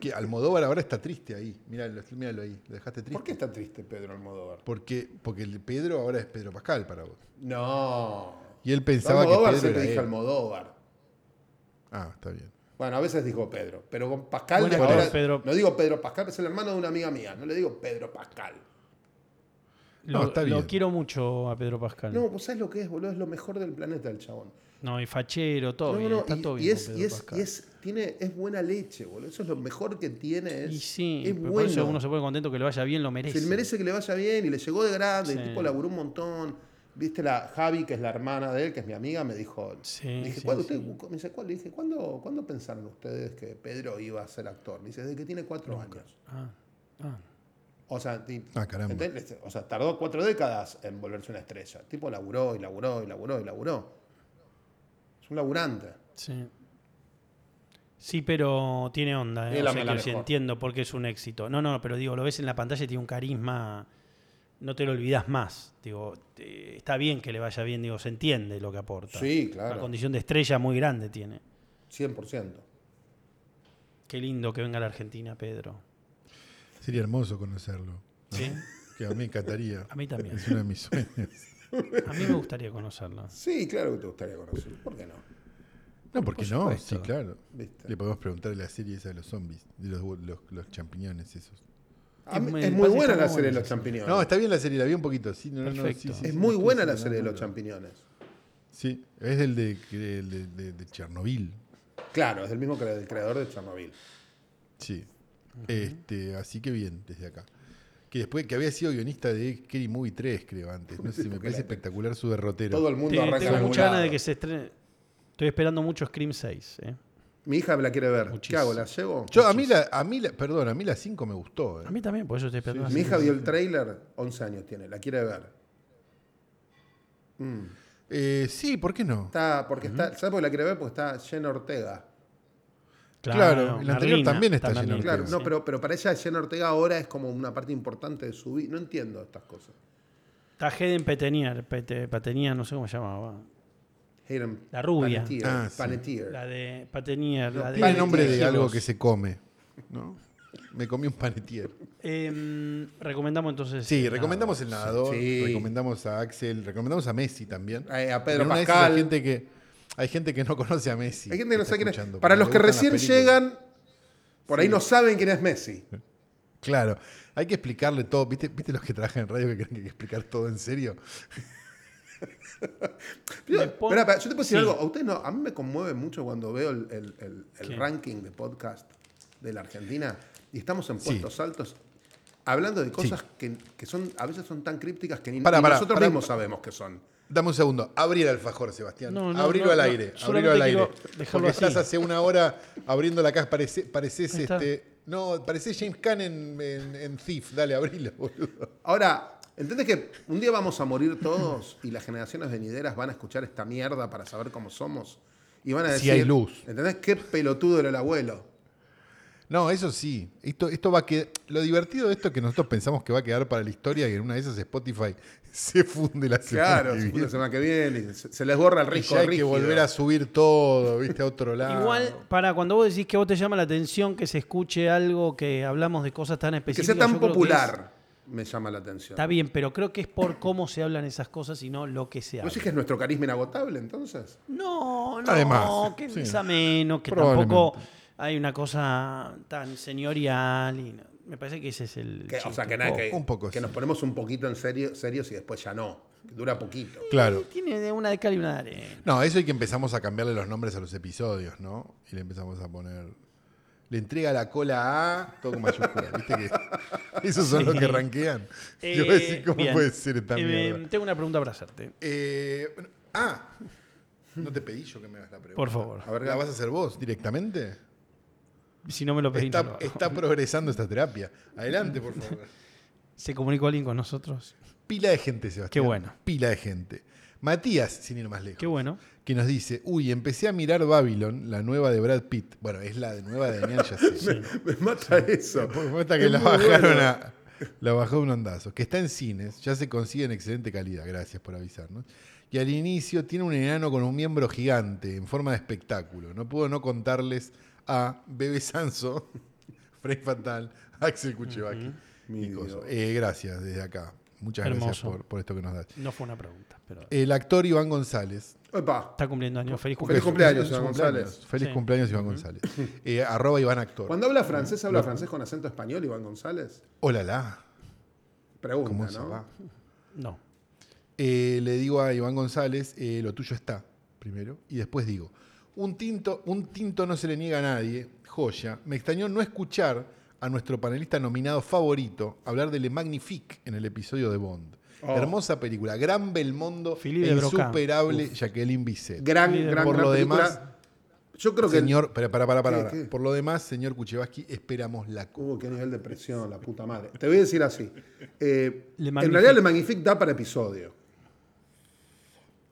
B: que Almodóvar ahora está triste ahí. Míralo, míralo ahí, lo dejaste triste.
A: ¿Por qué está triste Pedro Almodóvar?
B: Porque, porque el Pedro ahora es Pedro Pascal para vos.
A: No.
B: Y él pensaba
A: Almodóvar
B: que Pedro
A: siempre
B: era
A: dije
B: él.
A: Almodóvar.
B: Ah, está bien.
A: Bueno, a veces digo Pedro, pero con Pascal
C: Buen
A: ahora-
C: actor, Pedro.
A: no digo Pedro Pascal, es el hermano de una amiga mía, no le digo Pedro Pascal.
C: Lo,
B: No, está
C: lo
B: bien.
C: quiero mucho a Pedro Pascal.
A: No,
C: No,
A: vos sabés lo que es, boludo, es lo mejor del planeta el chabón.
C: y fachero, todo
A: No,
C: bien.
A: no,
C: está
A: y,
C: todo
A: y
C: bien con
A: es,
C: Pedro
A: y es,
C: Pascal.
A: y es- tiene, es buena leche, boludo. Eso es lo mejor que tiene. Es,
C: Y sí,
A: es
C: pero por eso
A: bueno.
C: uno se pone contento que le vaya bien, lo merece.
A: Se merece que le vaya bien y le llegó de grande,
C: Sí.
A: el tipo laburó un montón. Viste la Javi, que es la hermana de él, que es mi amiga, me dijo.
C: Sí,
A: le dije,
C: sí,
A: "¿Cuándo
C: sí.
A: usted- me dice, "¿Cuál?" Le dije, ¿cuándo, ¿cuándo pensaron ustedes que Pedro iba a ser actor? Me dice, desde que tiene cuatro años.
C: Ah, ah.
A: O sea, ti-
B: Ah, caramba.
A: ¿entendés? o sea, tardó cuatro décadas en volverse una estrella. El tipo laburó y laburó y laburó y laburó. Es un laburante.
C: Sí. Sí, pero tiene onda. ¿eh?
A: Es
C: O
A: la-
C: sea
A: la
C: que sí,
A: mejor.
C: entiendo por qué es un éxito. No, no, pero digo, lo ves en la pantalla y tiene un carisma. No te lo olvidas más. Digo, te- está bien que le vaya bien, digo, se entiende lo que aporta.
A: Sí,
C: Una
A: claro.
C: condición de estrella muy grande tiene.
A: 100%.
C: Qué lindo que venga a la Argentina, Pedro.
B: Sería hermoso conocerlo. ¿no?
C: Sí.
B: Que a mí me encantaría.
C: A mí también.
B: Es uno de mis sueños.
C: A mí me gustaría conocerlo.
A: Sí, claro que te gustaría conocerlo. ¿Por qué no?
B: No, ¿por qué
C: Por
B: no?
C: supuesto.
B: Sí, claro.
A: ¿Viste?
B: Le podemos preguntar la serie esa de los zombies, de los, los, los champiñones esos.
A: A mí-
C: muy-
A: es muy
C: parece
A: buena
C: que
A: la
C: está
A: serie de
C: buena
A: los champiñones.
B: No, está bien la serie, la vi un poquito. Sí, no, no, no,
C: Perfecto.
B: sí, sí,
A: es
B: sí,
A: muy
B: estoy
A: buena la
B: señalando.
A: serie de los champiñones.
B: Sí, es del de, que- el de, de- de Chernobyl.
A: Claro, es el mismo cre- el creador de Chernobyl.
B: Sí. este, así que bien, desde acá. Que después que había sido guionista de Scary Movie 3, creo, antes. No sé, me parece espectacular su derrotero.
A: Todo el mundo
C: Te-
A: arranca en
C: tengo
A: algún
C: mucha ganas de
A: lado.
C: que se estrene. Estoy esperando mucho Scream 6. ¿eh?
A: Mi hija me la quiere ver. ¿Qué
C: Muchísimo.
A: hago? ¿La llevo?
B: Yo, a mí, la, a mí la- perdón, a mí la 5 me gustó. eh.
C: A mí también, por eso estoy esperando.
A: Mi hija vio el tráiler, 11 años tiene, la quiere ver.
B: Eh, sí, ¿por qué no?
A: Está, porque está, ¿Sabes por qué la quiere ver? Porque está Jenna Ortega.
B: Claro, el anterior también está
C: también.
B: lleno de
A: Claro,
B: Ortega.
A: no, pero, pero para ella Jenna Ortega ahora es como una parte importante de su vida. No entiendo estas cosas.
C: Está Hayden Petenier, Pete- Patenier, no sé cómo se llamaba.
A: Hayden
C: La rubia.
A: Panettiere.
B: Ah, sí.
A: Panettiere.
C: La de Patenier.
A: No,
C: la de,
B: Tiene el nombre de
A: Panettiere.
B: algo que se come, ¿no? Me comí un panetier.
C: Em, recomendamos entonces.
B: Sí,
C: el
B: recomendamos el nadador,
A: Sí.
B: recomendamos a Axel, recomendamos a Messi también.
A: Eh, a Pedro
B: Pero una de esas
A: Pascal.
B: Hay gente, que, hay gente que no conoce a Messi.
A: Hay gente que no
B: está
A: sabe quién es.
B: escuchando,
A: Para
B: porque
A: los
B: le
A: que
B: gustan las
A: recién
B: películas.
A: llegan, por ahí no saben quién es Messi.
B: Claro, hay que explicarle todo. ¿Viste, viste los que trabajan en radio que creen que hay que explicar todo en serio?
A: Yo,
C: Me pon-
A: espera, espera, yo te puedo decir
C: Sí.
A: algo. A usted no, a mí me conmueve mucho cuando veo el, el- el- el
C: ¿Qué?
A: ranking de podcast de la Argentina y estamos en puestos altos hablando de cosas que, que son a veces son tan crípticas que ni,
B: Pará,
A: ni
B: pará,
A: nosotros
B: pará.
A: mismos sabemos que son.
B: Dame un segundo. Abrí el alfajor, Sebastián.
C: No, no,
B: Abrilo
C: no,
B: al
C: no.
B: aire.
C: Solamente
B: Abrilo al aire.
C: quiero dejarlo
B: Porque
C: así.
B: estás hace una hora abriendo la caja. Parece, pareces
C: Ahí está.
B: este. No, pareces James Caan en, en- en Thief. Dale, abrilo, boludo.
A: Ahora, ¿entendés que un día vamos a morir todos y las generaciones venideras van a escuchar esta mierda para saber cómo somos? Y van a
B: Si
A: decir,
B: hay luz.
A: ¿entendés qué pelotudo era el abuelo?
B: No, eso sí. Esto, esto va a quedar. Lo divertido de esto es que nosotros pensamos que va a quedar para la historia y en una de esas Spotify se funde la semana.
A: Claro,
B: que
A: se
B: viene.
A: fue la semana que viene y se, se les borra el
B: Y
A: rico
B: ya hay que
A: rígido.
B: volver a subir todo, viste, a otro lado.
C: Igual, para cuando vos decís que a vos te llama la atención que se escuche algo que hablamos de cosas tan
A: que sea
C: específicas.
A: tan
C: yo creo que es-
A: popular me llama la atención.
C: está bien, pero creo que es por cómo se hablan esas cosas y no lo que se
A: ¿No
C: habla.
A: sé que es nuestro carisma inagotable entonces?
C: No, no,
B: Además,
C: que
B: sí.
C: es ameno, que
B: Probablemente.
C: tampoco hay una cosa tan señorial. y no- me parece que ese es el.
A: Que- o
C: chiste.
A: sea, que nada, que,
B: un poco
A: que
B: sí.
A: nos ponemos un poquito en serio, serios y después ya no. que Dura poquito.
B: Claro.
C: Tiene de una de cal y una de arena.
B: No, eso y que empezamos a cambiarle los nombres a los episodios, ¿no? Y le empezamos a poner. Le entrega la cola a. Todo con mayúsculas, ¿viste? Que esos son los que ranquean. Yo voy a decir,
C: Eh,
B: ¿cómo
C: bien.
B: puede ser tan
C: Eh,
B: mierda?
C: Tengo una pregunta para hacerte.
B: Eh, bueno, ah, no te pedí yo que me hagas la pregunta.
C: Por favor.
B: A ver, ¿la vas a hacer vos directamente?
C: Si no me lo pedís, no lo
B: Está, eh.
C: hago.
B: está progresando esta terapia. Adelante, por favor.
C: ¿Se comunicó alguien con nosotros?
B: Pila de gente, Sebastián.
C: Qué bueno.
B: Pila de gente. Matías, sin ir más lejos.
C: Qué bueno.
B: que nos dice, uy, empecé a mirar Babylon, la nueva de Brad Pitt. Bueno, es la de nueva de Damián Yassé.
A: Me mata eso.
B: Porque me gusta que
A: Es
B: la
A: muy bueno.
B: bajaron a- La bajó un ondazo. Que está en cines, ya se consigue en excelente calidad, gracias por avisarnos. Y al inicio tiene un enano con un miembro gigante, en forma de espectáculo. No puedo no contarles a Bebe Sanso, Frank Fatal, Axel Kuchevaki.
A: Mi Dios.
B: eh. gracias desde acá. Muchas gracias
C: Hermoso.
B: por, por esto que nos das.
C: No fue una pregunta, pero
B: El actor Iván González
A: Opa.
C: está cumpliendo años. Feliz
A: Feliz cumpleaños,
C: cumpleaños.
B: Feliz
A: Iván
B: cumpleaños.
A: González.
B: Feliz
C: Sí.
B: cumpleaños, Iván González. Eh, arroba Iván Actor.
A: Cuando habla francés, ¿habla francés con acento español, Iván González?
B: Hola, la.
A: Pregunta,
B: ¿Cómo
A: ¿no?
B: se va?
C: No.
B: Eh, le digo a Iván González, eh, lo tuyo está, primero. Y después digo, un tinto, un tinto no se le niega a nadie, joya. Me extrañó no escuchar a nuestro panelista nominado favorito hablar de Le Magnifique en el episodio de Bond.
A: Oh.
B: Hermosa película, gran Belmondo, e
C: Philippe de Broca.
B: insuperable Jacqueline Bisset.
A: Gran,
C: Líder.
A: gran,
B: Por
A: gran
B: lo
A: película.
B: demás,
A: Yo creo que.
B: Señor, para, para, para, para.
A: ¿Qué, qué?
B: Por lo demás, señor Kuchevaski, esperamos la copa.
A: Uh, qué nivel de presión, la puta madre. Te voy a decir así. Eh,
C: Le
A: en
C: Magnifique.
A: realidad, Le Magnifique da para episodio.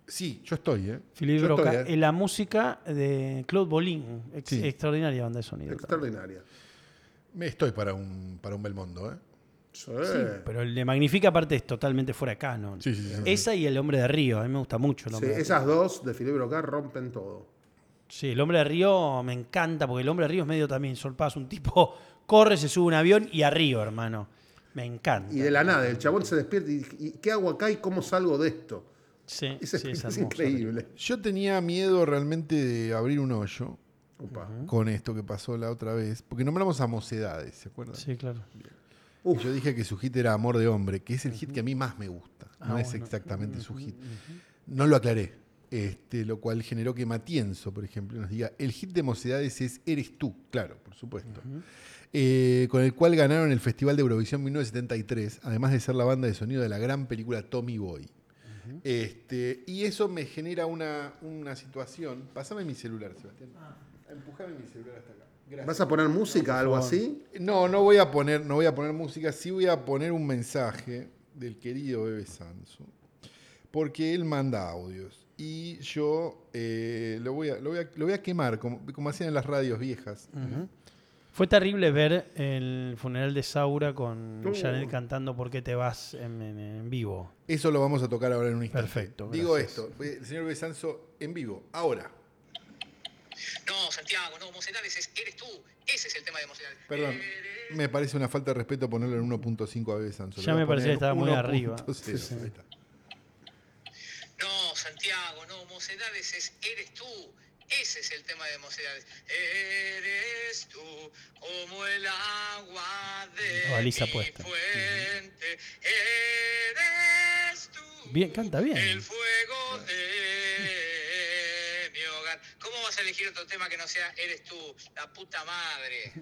B: Sí, yo estoy, ¿eh?
C: Filipe
A: Yo
C: Broca.
A: estoy, eh.
C: Eh, La música de Claude Bolin. ex-
B: Sí.
C: Extraordinaria banda de sonido. también.
A: Extraordinaria.
B: Me estoy para un, para un Belmondo, ¿eh?
A: Sí.
C: Pero el de Magnifica, aparte, es totalmente fuera de canon.
B: Sí, sí, sí, sí.
C: Esa y El Hombre de Río. A mí me gusta mucho el
A: Sí,
C: Hombre de Río.
A: esas dos de Filipe Broca rompen todo.
C: Sí, El Hombre de Río me encanta porque El Hombre de Río es medio también solpaz. Un tipo corre, se sube a un avión y arriba, hermano. Me encanta.
A: Y de la nada, el chabón se despierta y dice, "¿Y ¿qué hago acá y cómo salgo de esto?
C: Sí,
A: Es,
C: sí,
A: es
C: hermosa.
A: increíble.
B: Yo tenía miedo realmente de abrir un hoyo
A: Opa.
B: con esto que pasó la otra vez, porque nombramos a Mocedades, ¿se acuerdan?
C: Sí, claro.
A: Uf.
B: Y Yo dije que su hit era Amor de Hombre, que es el hit que a mí más me gusta.
C: Ah,
B: no es
C: bueno.
B: exactamente su hit. No lo aclaré. Este, lo cual generó que Matienzo, por ejemplo, nos diga, el hit de Mocedades es Eres tú, claro, por supuesto. Eh, con el cual ganaron el Festival de Eurovisión 1973, además de ser la banda de sonido de la gran película Tommy Boy. Este, y eso me genera una, una situación. Pásame mi celular, Sebastián.
C: Ah.
B: Empujame mi celular hasta acá. Gracias.
A: ¿Vas a poner música, algo así?
B: No, no voy a poner, no voy a poner música, sí voy a poner un mensaje del querido Bebe Sanso. Porque él manda audios. Y yo eh, lo, voy a, lo, voy a, lo voy a quemar, como, como hacían en las radios viejas.
C: Fue terrible ver el funeral de Saura con
A: Uh.
C: Janet cantando ¿Por qué te vas en, en- en vivo?
B: Eso lo vamos a tocar ahora en un instante.
C: Perfecto,
B: Digo
C: gracias.
B: esto, eh, el señor Bebe Sanso en vivo, ahora.
D: No, Santiago, no, Mocedades es, eres tú. Ese es el tema de Mocedades. Eh,
B: Perdón, me parece una falta de respeto ponerlo en 1.5 a Bebe Sanso. Le
C: Ya
B: voy
C: me
B: a poner
C: parecía que estaba muy arriba.
B: 1.0.
A: Sí, sí.
B: Ahí está.
D: No, Santiago, no, Mocedades es, eres tú. Ese es el tema de Mocedades. Eres tú como el agua de
C: La baliza
D: mi
C: puesta.
D: fuente. Eres tú
C: Bien, canta bien.
D: El fuego de mi hogar. ¿Cómo vas a elegir otro tema que no sea Eres tú, la puta madre?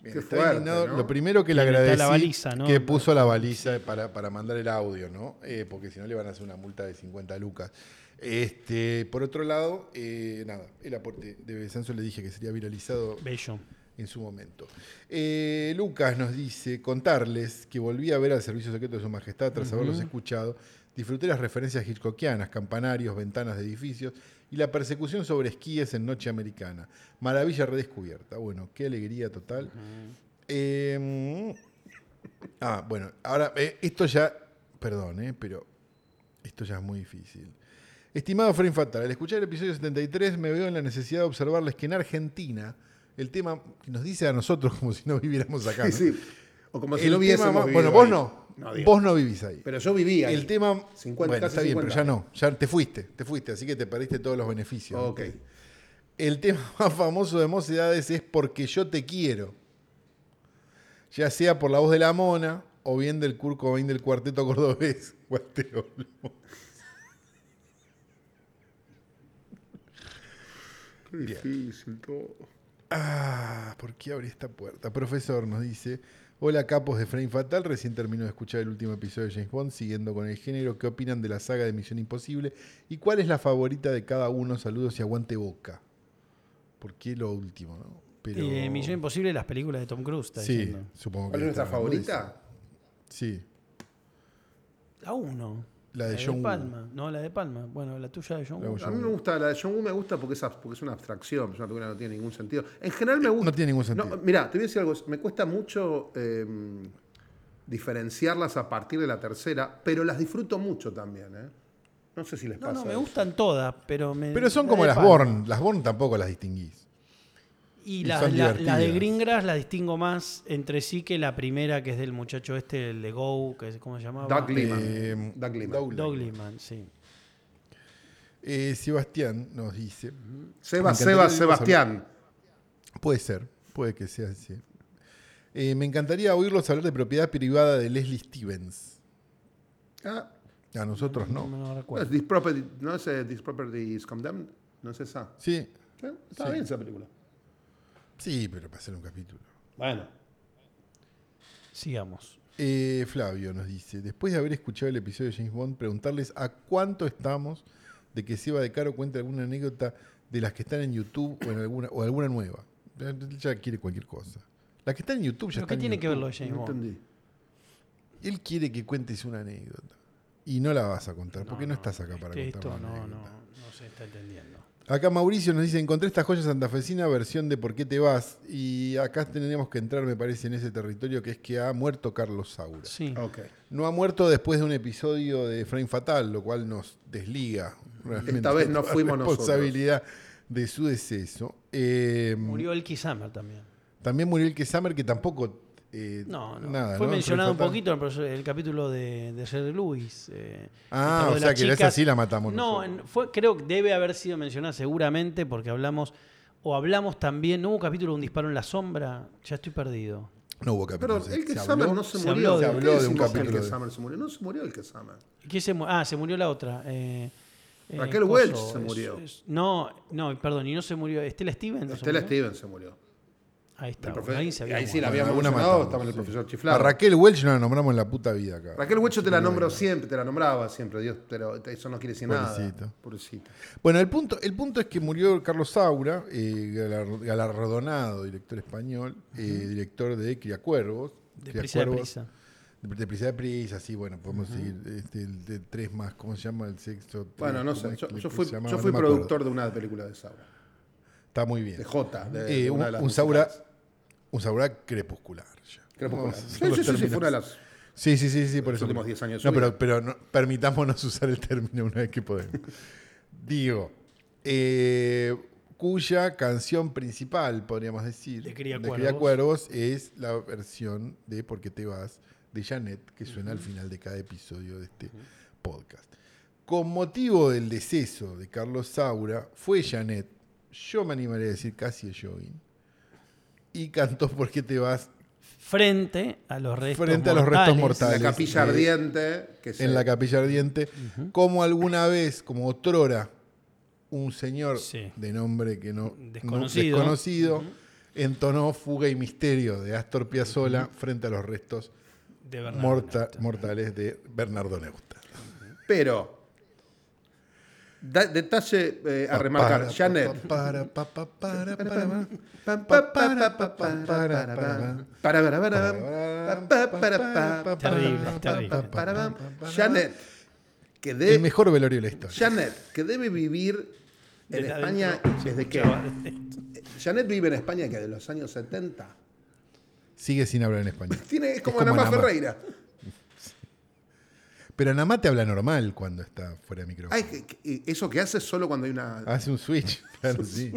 B: Bien,
A: Qué
B: está
A: fuerte,
B: indignado.
A: ¿no?
B: Lo primero que le
C: Y está la
B: agradecí
C: baliza, ¿no?
B: que puso la baliza para, para mandar el audio, ¿no? Eh, porque si no le van a hacer una multa de 50 lucas. Este, por otro lado, eh, nada, el aporte de Besanzo le dije que sería viralizado
C: Bello.
B: en su momento. Eh, Lucas nos dice, contarles que volví a ver al Servicio Secreto de Su Majestad tras haberlos escuchado, disfruté las referencias hitchcockianas, campanarios, ventanas de edificios y la persecución sobre esquíes en Noche Americana. Maravilla redescubierta. Bueno, qué alegría total. Eh, ah, bueno, ahora, eh, esto ya, perdón, eh, pero esto ya es muy difícil. Estimado Frame Fatal, al escuchar el episodio 73 me veo en la necesidad de observarles que en Argentina el tema que nos dice a nosotros como si no viviéramos acá.
A: Sí,
B: ¿no?
A: sí. O como si
B: El
A: no hubiésemos
B: tema-
A: vivido
B: bueno, vos
A: ahí.
B: no.
A: digo.
B: vos no vivís ahí.
A: Pero yo vivía ahí.
B: el tema...
A: 50,
B: bueno,
A: casi
B: está bien,
A: 50
B: pero ya no. Ya te fuiste, te fuiste, así que te perdiste todos los beneficios.
A: Ok.
B: El tema más famoso de Mocedades es Porque yo te quiero. Ya sea por la voz de la mona o bien del Kurt Cobain del cuarteto cordobés. Guateo.
A: Qué difícil todo.
B: Ah, ¿por qué abrí esta puerta? Profesor nos dice, hola capos de Frame Fatal, recién termino de escuchar el último episodio de James Bond, siguiendo con el género, ¿qué opinan de la saga de Misión Imposible? ¿Y cuál es la favorita de cada uno? Saludos y aguante boca. ¿Por qué lo último? no? Pero...
C: Eh, Misión Imposible, las películas de Tom Cruise, está
B: Sí,
C: diciendo.
B: supongo que
A: ¿Cuál es nuestra
B: está, ¿no?
A: favorita?
B: Sí,
C: La 1.
B: La de John Woo.
C: Palma. No, la de Palma. Bueno, la tuya de John
B: La
C: Woo.
B: de
A: A mí me gusta, la de John Woo me gusta porque es, ab- porque es una abstracción, es una película que no tiene ningún sentido. En general me gusta.
B: no tiene ningún sentido.
A: mirá, te voy a decir algo, me cuesta mucho eh, diferenciarlas a partir de la tercera, pero las disfruto mucho también. ¿eh? No sé si les
C: No,
A: pasa.
C: no, me
A: eso.
C: gustan todas, pero me.
B: Pero son
C: la
B: como
C: de
B: las
C: Palma.
B: Born. Las Born tampoco las distinguís.
C: Y
B: Y
C: la,
B: son
C: la- la de
B: divertidas.
C: Greengrass la distingo más entre sí que la primera, que es del muchacho este, el de Go, que es, ¿cómo se llamaba?
A: Doug Liman.
B: Eh,
A: Doug Liman.
B: Doug
C: Doug Liman, sí.
B: Eh, Sebastián nos dice,
A: Seba,
B: Me
A: Seba,
B: encantaría
A: Sebastián.
B: puede ser, puede que sea así. Eh, me encantaría oírlos hablar de propiedad privada de Leslie Stevens.
A: Ah,
B: A nosotros
C: No,
B: no.
C: me lo
A: no, es
C: recuerdo.
A: This Property, ¿No es eh, This Property is Condemned? ¿No es esa?
B: Sí,
A: Sí, Está
B: Sí.
A: bien esa película.
B: sí, pero para hacer un capítulo.
A: Bueno.
C: Sigamos.
B: Eh, Flavio nos dice, después de haber escuchado el episodio de James Bond, preguntarles a cuánto estamos de que Seba de Caro cuente alguna anécdota de las que están en YouTube o, en alguna, o alguna nueva. Ya, ya quiere cualquier cosa. Las que están en YouTube ya
C: ¿Pero qué
B: están en
C: tiene que ver
B: YouTube.
C: lo de James
A: No
C: Bond?
A: entendí.
B: Él quiere que cuentes una anécdota. Y no la vas a contar, porque no, estás acá para
C: este- Esto
B: contar una
C: no, no,
B: anécdota.
C: no se está entendiendo.
B: Acá Mauricio nos dice, encontré esta joya santafesina versión de ¿Por qué te vas? Y acá tenemos que entrar, me parece, en ese territorio que es que ha muerto Carlos Saura.
C: Sí.
A: Ok.
B: No ha muerto después de un episodio de Frame Fatal, lo cual nos desliga. realmente
A: Esta vez no
B: toda
A: fuimos
B: la
A: nosotros.
B: responsabilidad de su deceso. Eh,
C: Murió Elkie Summer también.
B: También murió el Kesamer, que tampoco... eh,
C: No, no.
B: nada,
C: Fue
B: ¿no? En
C: mencionado un
B: Frame Fatal.
C: poquito en el proceso- el capítulo de, de Jerry Lewis. eh,
B: Ah,
C: estaba
B: o
C: de
B: sea
C: las
B: que esa
C: chicas.
B: sí la matamos
C: No,
B: nosotros.
C: en- fue, creo que debe haber sido mencionada seguramente porque hablamos, o hablamos también, ¿no hubo un capítulo de Un disparo en la sombra? Ya estoy perdido.
B: No hubo capítulo.
A: Perdón,
B: se-
A: el que
B: se
A: Summer
B: habló.
A: no se,
C: se
A: murió.
C: habló de-
A: ¿Por qué
C: se
B: habló de un
A: decimos que el
B: capítulo
A: que
B: de-
A: Summer se murió? No se murió el que Summer.
C: ¿Quién se mu- ah, se murió la otra. eh, eh,
A: Raquel
C: coso,
A: Welch se
C: es-
A: murió.
C: es- no, no, perdón, y no se murió. ¿Estela Stevens? no se
A: Estela
C: murió?
A: Stevens se murió.
C: Ahí está.
A: El
C: bueno,
A: profe-
C: ahí se había
A: ahí sí la
C: muerto.
A: habíamos
B: Alguna
A: mencionado,
B: matamos,
A: estaba en el
B: sí.
A: profesor
B: A
A: Chiflado.
B: Raquel Welch no la nombramos en la puta vida acá.
A: Raquel Huecho te la nombro siempre, te la nombraba siempre, Dios, pero eso no quiere decir
B: Pobrecito.
A: nada. Pobrecito.
B: Bueno, el punto, el punto es que murió Carlos Saura, eh, galar- galardonado director español, eh, director de Criacuervos.
C: De prisa de
B: Criacuervos-
C: prisa.
B: De, de Prisa de Prisa, sí, bueno, podemos seguir este, el de tres más, ¿cómo se llama el sexto? Tres,
A: Bueno, no
B: ¿cómo
A: sé,
B: es
A: yo,
B: que-
A: yo
B: que
A: fui,
B: se llamaba?
A: yo
B: No
A: fui
B: me acuerdo.
A: productor de una película de Saura,
B: Está muy bien.
A: de J, de,
B: Eh,
A: de
B: un,
A: una de las
B: un Saura,
A: musicales.
B: un Saura crepuscular. ya.
A: Crepuscular.
B: Vamos a
A: Sí,
B: usar los
A: sí, sí, sí,
B: términos.
A: fue una de las...
B: Sí, sí, sí, sí, por
A: Los
B: eso.
A: últimos 10 años de
B: No,
A: su
B: pero,
A: vida.
B: pero no- permitámonos usar el término una vez que podemos. Digo, eh, cuya canción principal, podríamos decir,
C: De Cría
B: Cuervos, es la versión de Por qué te vas de Janet, que suena al final de cada episodio de este podcast. Con motivo del deceso de Carlos Saura, fue Janet, yo me animaría a decir casi a Jogging, y cantó Por qué te vas
C: frente a los restos
B: Frente a los
C: mortales.
B: restos
A: En la
B: mortales.
A: capilla
B: eh,
A: ardiente. Que se-
B: en la capilla ardiente, como alguna vez, como otrora, un señor
C: Sí.
B: de nombre que no no-
C: Desconocido.
B: desconocido, entonó Fuga y Misterio de Astor Piazzolla frente a los restos
C: de Bernardo
B: morta-
C: Neustadt.
B: mortales de Bernardo Neusta.
A: Pero, da- detalle eh, a remarcar,
B: Para,
A: Janet.
B: para, pa, pa, para, para, para.
C: Terrible, terrible.
A: Janet, que
B: El
A: de
B: mejor velorio de la historia.
A: eh, Janet, que debe vivir en
C: Desde
A: España
C: adentro se
A: desde que
C: escuchaba.
A: Janet vive en España que de los años 70.
B: Sigue sin hablar en español.
A: Tiene es como,
B: Es como
A: Ana
B: Namá.
A: Ferreira.
B: Pero Namá te habla normal cuando está fuera de micrófono.
A: Ay, que- que- eso que hace solo cuando hay una
C: Ah,
B: Hace un switch. Claro, sí.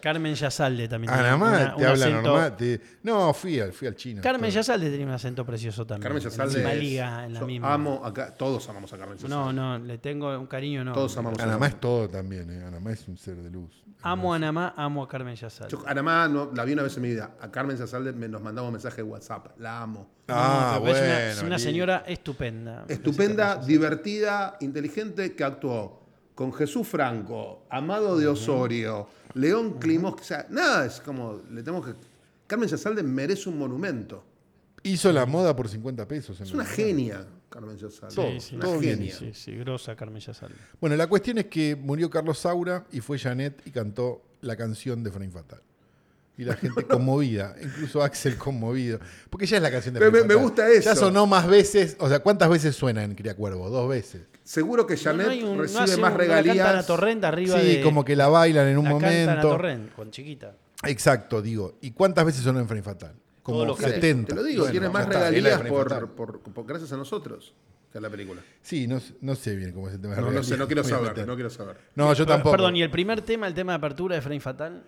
C: Carmen Yasalde también.
B: Ah,
C: tenía
B: nada más,
C: una-
B: te
C: un
B: habla
C: acento-
B: normal. te- No, fui al, fui al chino.
C: Carmen
B: Todo.
C: Yasalde tenía un acento precioso también.
A: Carmen Chazal
C: En la misma
A: es-
C: liga, en la
A: yo
C: misma.
A: Amo acá, todos amamos a Carmen Chazal.
C: no, no, le tengo un cariño no.
A: todos amamos a
B: Ana
A: Carmen.
B: Má es todo también, eh. Ana Má es un ser de luz.
C: Amo a Namá, amo a Carmen Yasalde.
A: Yo, Anamá no, la vi una vez en mi vida. A Carmen Sasalde me, nos mandaba un mensaje de WhatsApp. La amo.
B: Ah,
C: No, pero
B: bueno.
C: es una- es una,
B: lindo.
C: señora estupenda.
A: Estupenda, divertida, inteligente, que actuó con Jesús Franco, Amado de Osorio, León Climos. O sea, nada, es como, le tenemos que... Carmen Sasalde merece un monumento.
B: Hizo la moda por 50 pesos. en
A: Es una
B: realidad.
A: genia, Carmen Sasalde.
C: Sí,
A: una genia.
C: Sí, sí, grosa Carmen Yasalde.
B: Bueno, la cuestión es que murió Carlos Saura y fue Janet y cantó la canción de Frank Fatal. Y la gente conmovida, incluso Axel conmovido. Porque ya es la canción de
A: Pero
B: Frank
A: me- me
B: Fatal.
A: gusta eso.
B: Ya sonó más veces. O sea, ¿cuántas veces suena en Cría Cuervo? Dos veces.
A: Seguro que Janet
C: hay un-
A: recibe
C: hace
A: más
C: un- la canta la
A: regalías.
C: torrenta arriba
B: sí,
C: de.
B: como que la bailan en un
C: la
B: momento.
C: Canta la torrenta, con chiquita.
B: Exacto, digo. ¿Y cuántas veces sonó en Frame Fatal? Como
C: Todos los
A: Sí,
B: 70.
A: Te lo digo,
B: Bueno,
A: tiene
B: ya
A: más
B: está,
A: regalías
B: era de Frame
A: por,
B: Fatal.
A: por- por- gracias a nosotros que a la película.
B: Sí, no, no sé bien cómo es el tema de
A: No, no
B: regalías,
A: sé, no quiero
B: voy a
A: saber,
B: meter.
A: no quiero saber.
B: No, yo
C: Per-
B: tampoco.
C: Perdón, y el primer tema, el tema de apertura de Frame Fatal,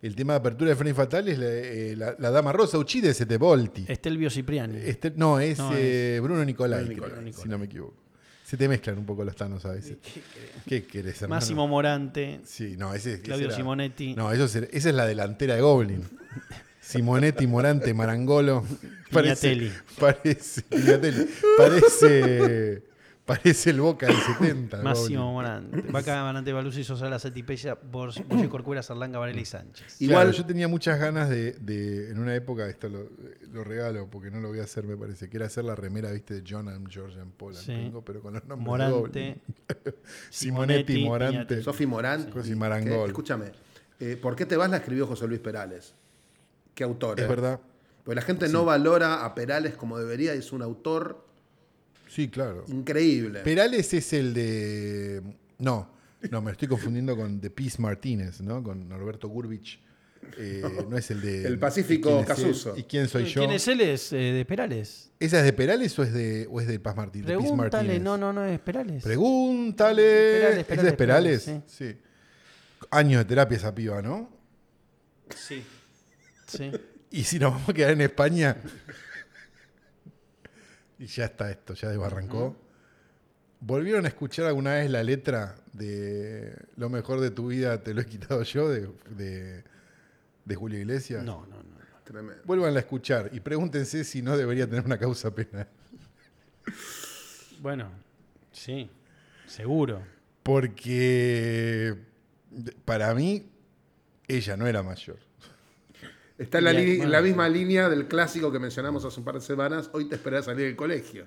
B: El tema de apertura de Frame Fatal es la, eh, la- la dama rosa, Uchides de Volti.
C: Estelvio Cipriani.
B: Este- no, es,
C: No,
B: eh, Bruno Nicolai,
A: Bruno
B: creo,
C: Nicolai.
B: si no me equivoco. Se te mezclan un poco los tanos a veces. ¿Qué querés, hermano?
C: Máximo Morante.
B: Sí, no, ese, ese
C: Claudio
B: era-
C: Simonetti.
B: No, ellos era- esa es la delantera de Goblin. Simonetti, Morante, Marangolo.
C: Pignatelli.
B: Parece, Pignatelli. Parece, parece el Boca del 70.
C: Máximo
B: Goblin.
C: Morante. Vaca, Morante, Baluzzi, Sosala, Setipeya, Borges, Borges Corcuera, Sarlanga, Varela y Sánchez.
B: Igual
A: Igual-
B: yo tenía muchas ganas de, de- en una época, esto lo, lo regalo porque no lo voy a hacer, me parece, que era hacer la remera, viste, de John and George and Paul and
C: Sí.
B: Ringo, pero con los nombres de Goblin.
C: Morante.
B: Simonetti,
C: Simonetti,
B: Morante.
A: Sofi Morán.
B: Cosi
A: y-
B: Marangol.
A: que- Escúchame, eh, ¿por qué te vas? La escribió José Luis Perales. ¿Qué autor? eh?
B: Es verdad.
A: Porque la gente no valora a Perales como debería, es un autor
B: Sí, claro.
A: increíble.
B: Perales es el de. No, no, me estoy confundiendo con The Peace Martínez, ¿no? Con Norberto Gurvich. Eh, no es el de.
A: El Pacífico
B: ¿Y quién es
A: Casuso.
B: él? ¿Y quién soy yo?
C: ¿Quién es él? Es eh, de Perales.
B: ¿Esa es de Perales o es de, o es de Paz Martínez? de Peace
C: Pregúntale.
B: Martínez?
C: No, no, no, es Perales.
B: Pregúntale.
C: Perales,
B: ¿Esa es de Perales?
C: Perales,
B: sí. Años de terapia esa piba, ¿no?
C: Sí. Sí.
B: Y si nos vamos a quedar en España. y ya está esto, ya desbarrancó. ¿Volvieron a escuchar alguna vez la letra de Lo mejor de tu vida te lo he quitado yo de, de, de Julio Iglesias?
C: No, no, no.
A: Tremendo.
B: Vuelvanla a escuchar y pregúntense si no debería tener una causa penal.
C: Bueno, sí. Seguro.
B: Porque para mí, ella no era mayor.
A: Está en la,
C: Bien,
A: li- en
C: bueno.
A: la misma línea del clásico que mencionamos hace un par de semanas. Hoy te esperás salir del colegio.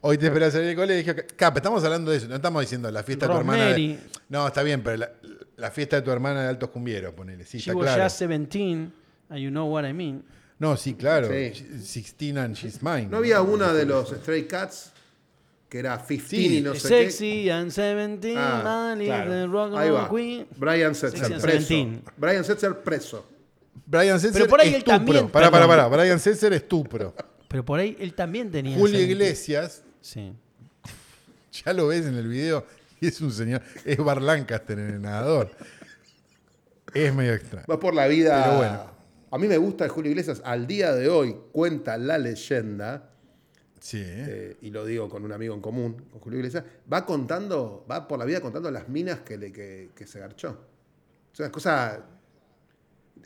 B: Hoy te esperas salir del colegio. Cap, estamos hablando de eso, no estamos diciendo la fiesta de tu hermana. de-
C: Rosemary.
B: No, está bien, pero la, la fiesta de tu hermana de Altos Cumbieros, ponele. Sí,
C: She
B: está
C: was
B: claro.
C: just 17, and you know what I mean.
B: No, sí, claro.
A: Sí.
B: She- Sixteen and She's Mine.
A: ¿No había una de los Stray Cats que era 15 y no sé qué?
C: Sexy and 17,
A: Ah,
C: Manly,
A: claro.
C: the rock and
A: Ahí
C: roll
A: va.
C: queen.
A: Brian
C: Sexy
A: Setzer,
C: and
A: preso.
C: Seventeen.
A: Brian Setzer, preso.
B: Brian Setzer
C: Pero por ahí él
B: estupro.
C: también-
B: Pará, pará, pará.
C: perdón.
B: Brian Setzer estupro.
C: Pero por ahí él también tenía.
B: Julio
C: 17.
B: Iglesias,
C: Sí.
B: ya lo ves en el video, y es un señor. Es Bar Lancaster en el nadador. Es medio extraño.
A: Va por la vida.
B: Pero bueno.
A: A mí me gusta de Julio Iglesias. Al día de hoy cuenta la leyenda,
B: Sí, ¿eh?
A: eh, y lo digo con un amigo en común, con Julio Iglesias, va contando, va por la vida contando las minas que, le, que, que se garchó. Es una cosa.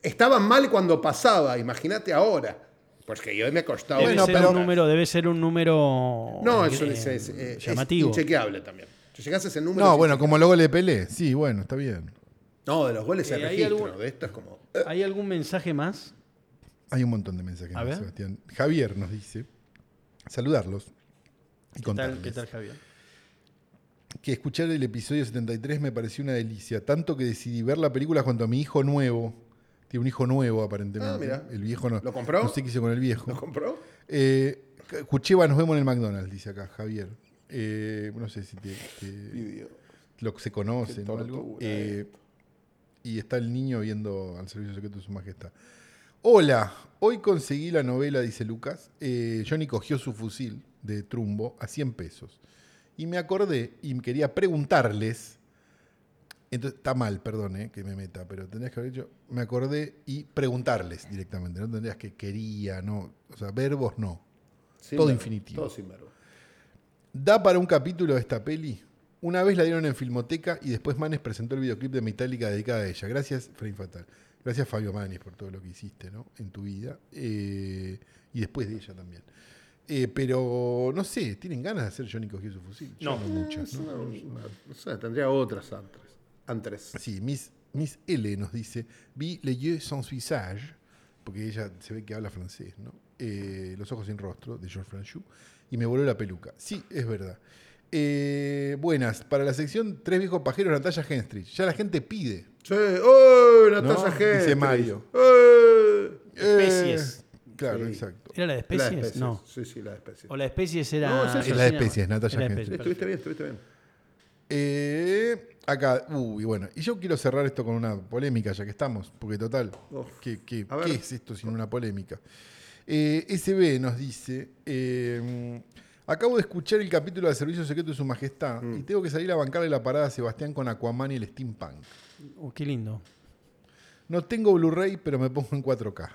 A: estaba mal cuando pasaba, imagínate ahora. Porque yo me ha costado.
C: Debe,
B: Bueno,
C: ser
B: pero-
C: un número, debe ser un número
A: Ah, no,
C: eh,
A: eso es, es, eh, es
C: llamativo.
A: inchequeable también. Si llegás a ese número.
B: No,
A: es
B: bueno, como luego le pelé. Sí, bueno, está bien.
A: inchequeable. No, de los goles se
C: Eh, hay
A: registro.
C: algún-
A: De esto es como.
C: ¿Hay algún mensaje más?
B: Hay un montón de mensajes,
C: A
B: más,
C: ver.
B: Sebastián. Javier nos dice saludarlos y
C: ¿Qué
B: contarles
C: tal, qué tal, Javier?
B: que escuchar el episodio 73 me pareció una delicia, tanto que decidí ver la película junto a mi hijo nuevo. Tiene un hijo nuevo aparentemente.
A: Ah, mira.
B: El viejo no.
A: ¿Lo compró?
B: No sé qué hizo con el viejo.
A: ¿Lo compró?
B: Eh, Cucheva, nos vemos en el McDonald's, dice acá Javier. Eh, no sé si te, te-
A: Pidió.
B: lo se conoce
A: Qué
B: o algo.
A: tortura
B: Eh, y está el niño viendo al servicio secreto de su majestad. Hola, hoy conseguí la novela, dice Lucas. Eh, Johnny cogió su fusil de trumbo a 100 pesos. Y me acordé y quería preguntarles. Entonces, está mal, perdón, eh, que me meta, pero tendrías que haber dicho, me acordé y preguntarles directamente. No tendrías que quería, no. O sea, verbos no.
A: Sin
B: Todo
A: verbo,
B: infinitivo.
A: Todo sin verbo.
B: Da para un capítulo de esta peli. Una vez la dieron en Filmoteca y después Manes presentó el videoclip de Metallica dedicado a ella. Gracias, Frame Fatal. Gracias, Fabio Manes, por todo lo que hiciste ¿no? en tu vida. Eh, y después de ella también. Eh, pero no sé, ¿tienen ganas de hacer Johnny cogió su fusil? Yo
C: No.
B: muchas. ¿no?
A: No sé, tendría otras antes. Antes.
B: Sí, Miss, Miss L nos dice, vi les yeux sans visage, porque ella se ve que habla francés, ¿no? Eh, Los ojos sin rostro, de Georges Franchou, y me voló la peluca. Sí, es verdad. Eh, buenas, para la sección Tres Viejos Pajeros, Natalia Henstrich. Ya la gente pide.
A: Sí, ¡oh!
B: No,
A: Natalia
B: dice
A: Henstrich.
B: Mario.
A: ¡Eh!
C: Especies.
B: Claro,
A: Sí.
B: exacto.
C: ¿Era la de
A: La
C: especies?
A: de especies.
C: No.
A: Sí, sí, la de especies.
C: ¿O la de especies era.?
A: No, es esa.
B: Es la de especies, Natalia
C: Era de
B: Henstrich.
A: Sí,
C: especies,
A: Estuviste bien, estuviste bien.
B: Eh, acá, uy, bueno, y yo quiero cerrar esto con una polémica, ya que estamos, porque total,
A: Uf.
B: ¿qué, qué-
A: A ver.
B: qué es esto sin una polémica? Eh, SB nos dice, eh, acabo de escuchar el capítulo de Servicio Secreto de Su Majestad
A: Mm.
B: y tengo que salir a bancarle la parada a Sebastián con Aquaman y el Steampunk.
C: perfecto. Oh, qué lindo.
B: No tengo Blu-ray, pero me pongo en 4K.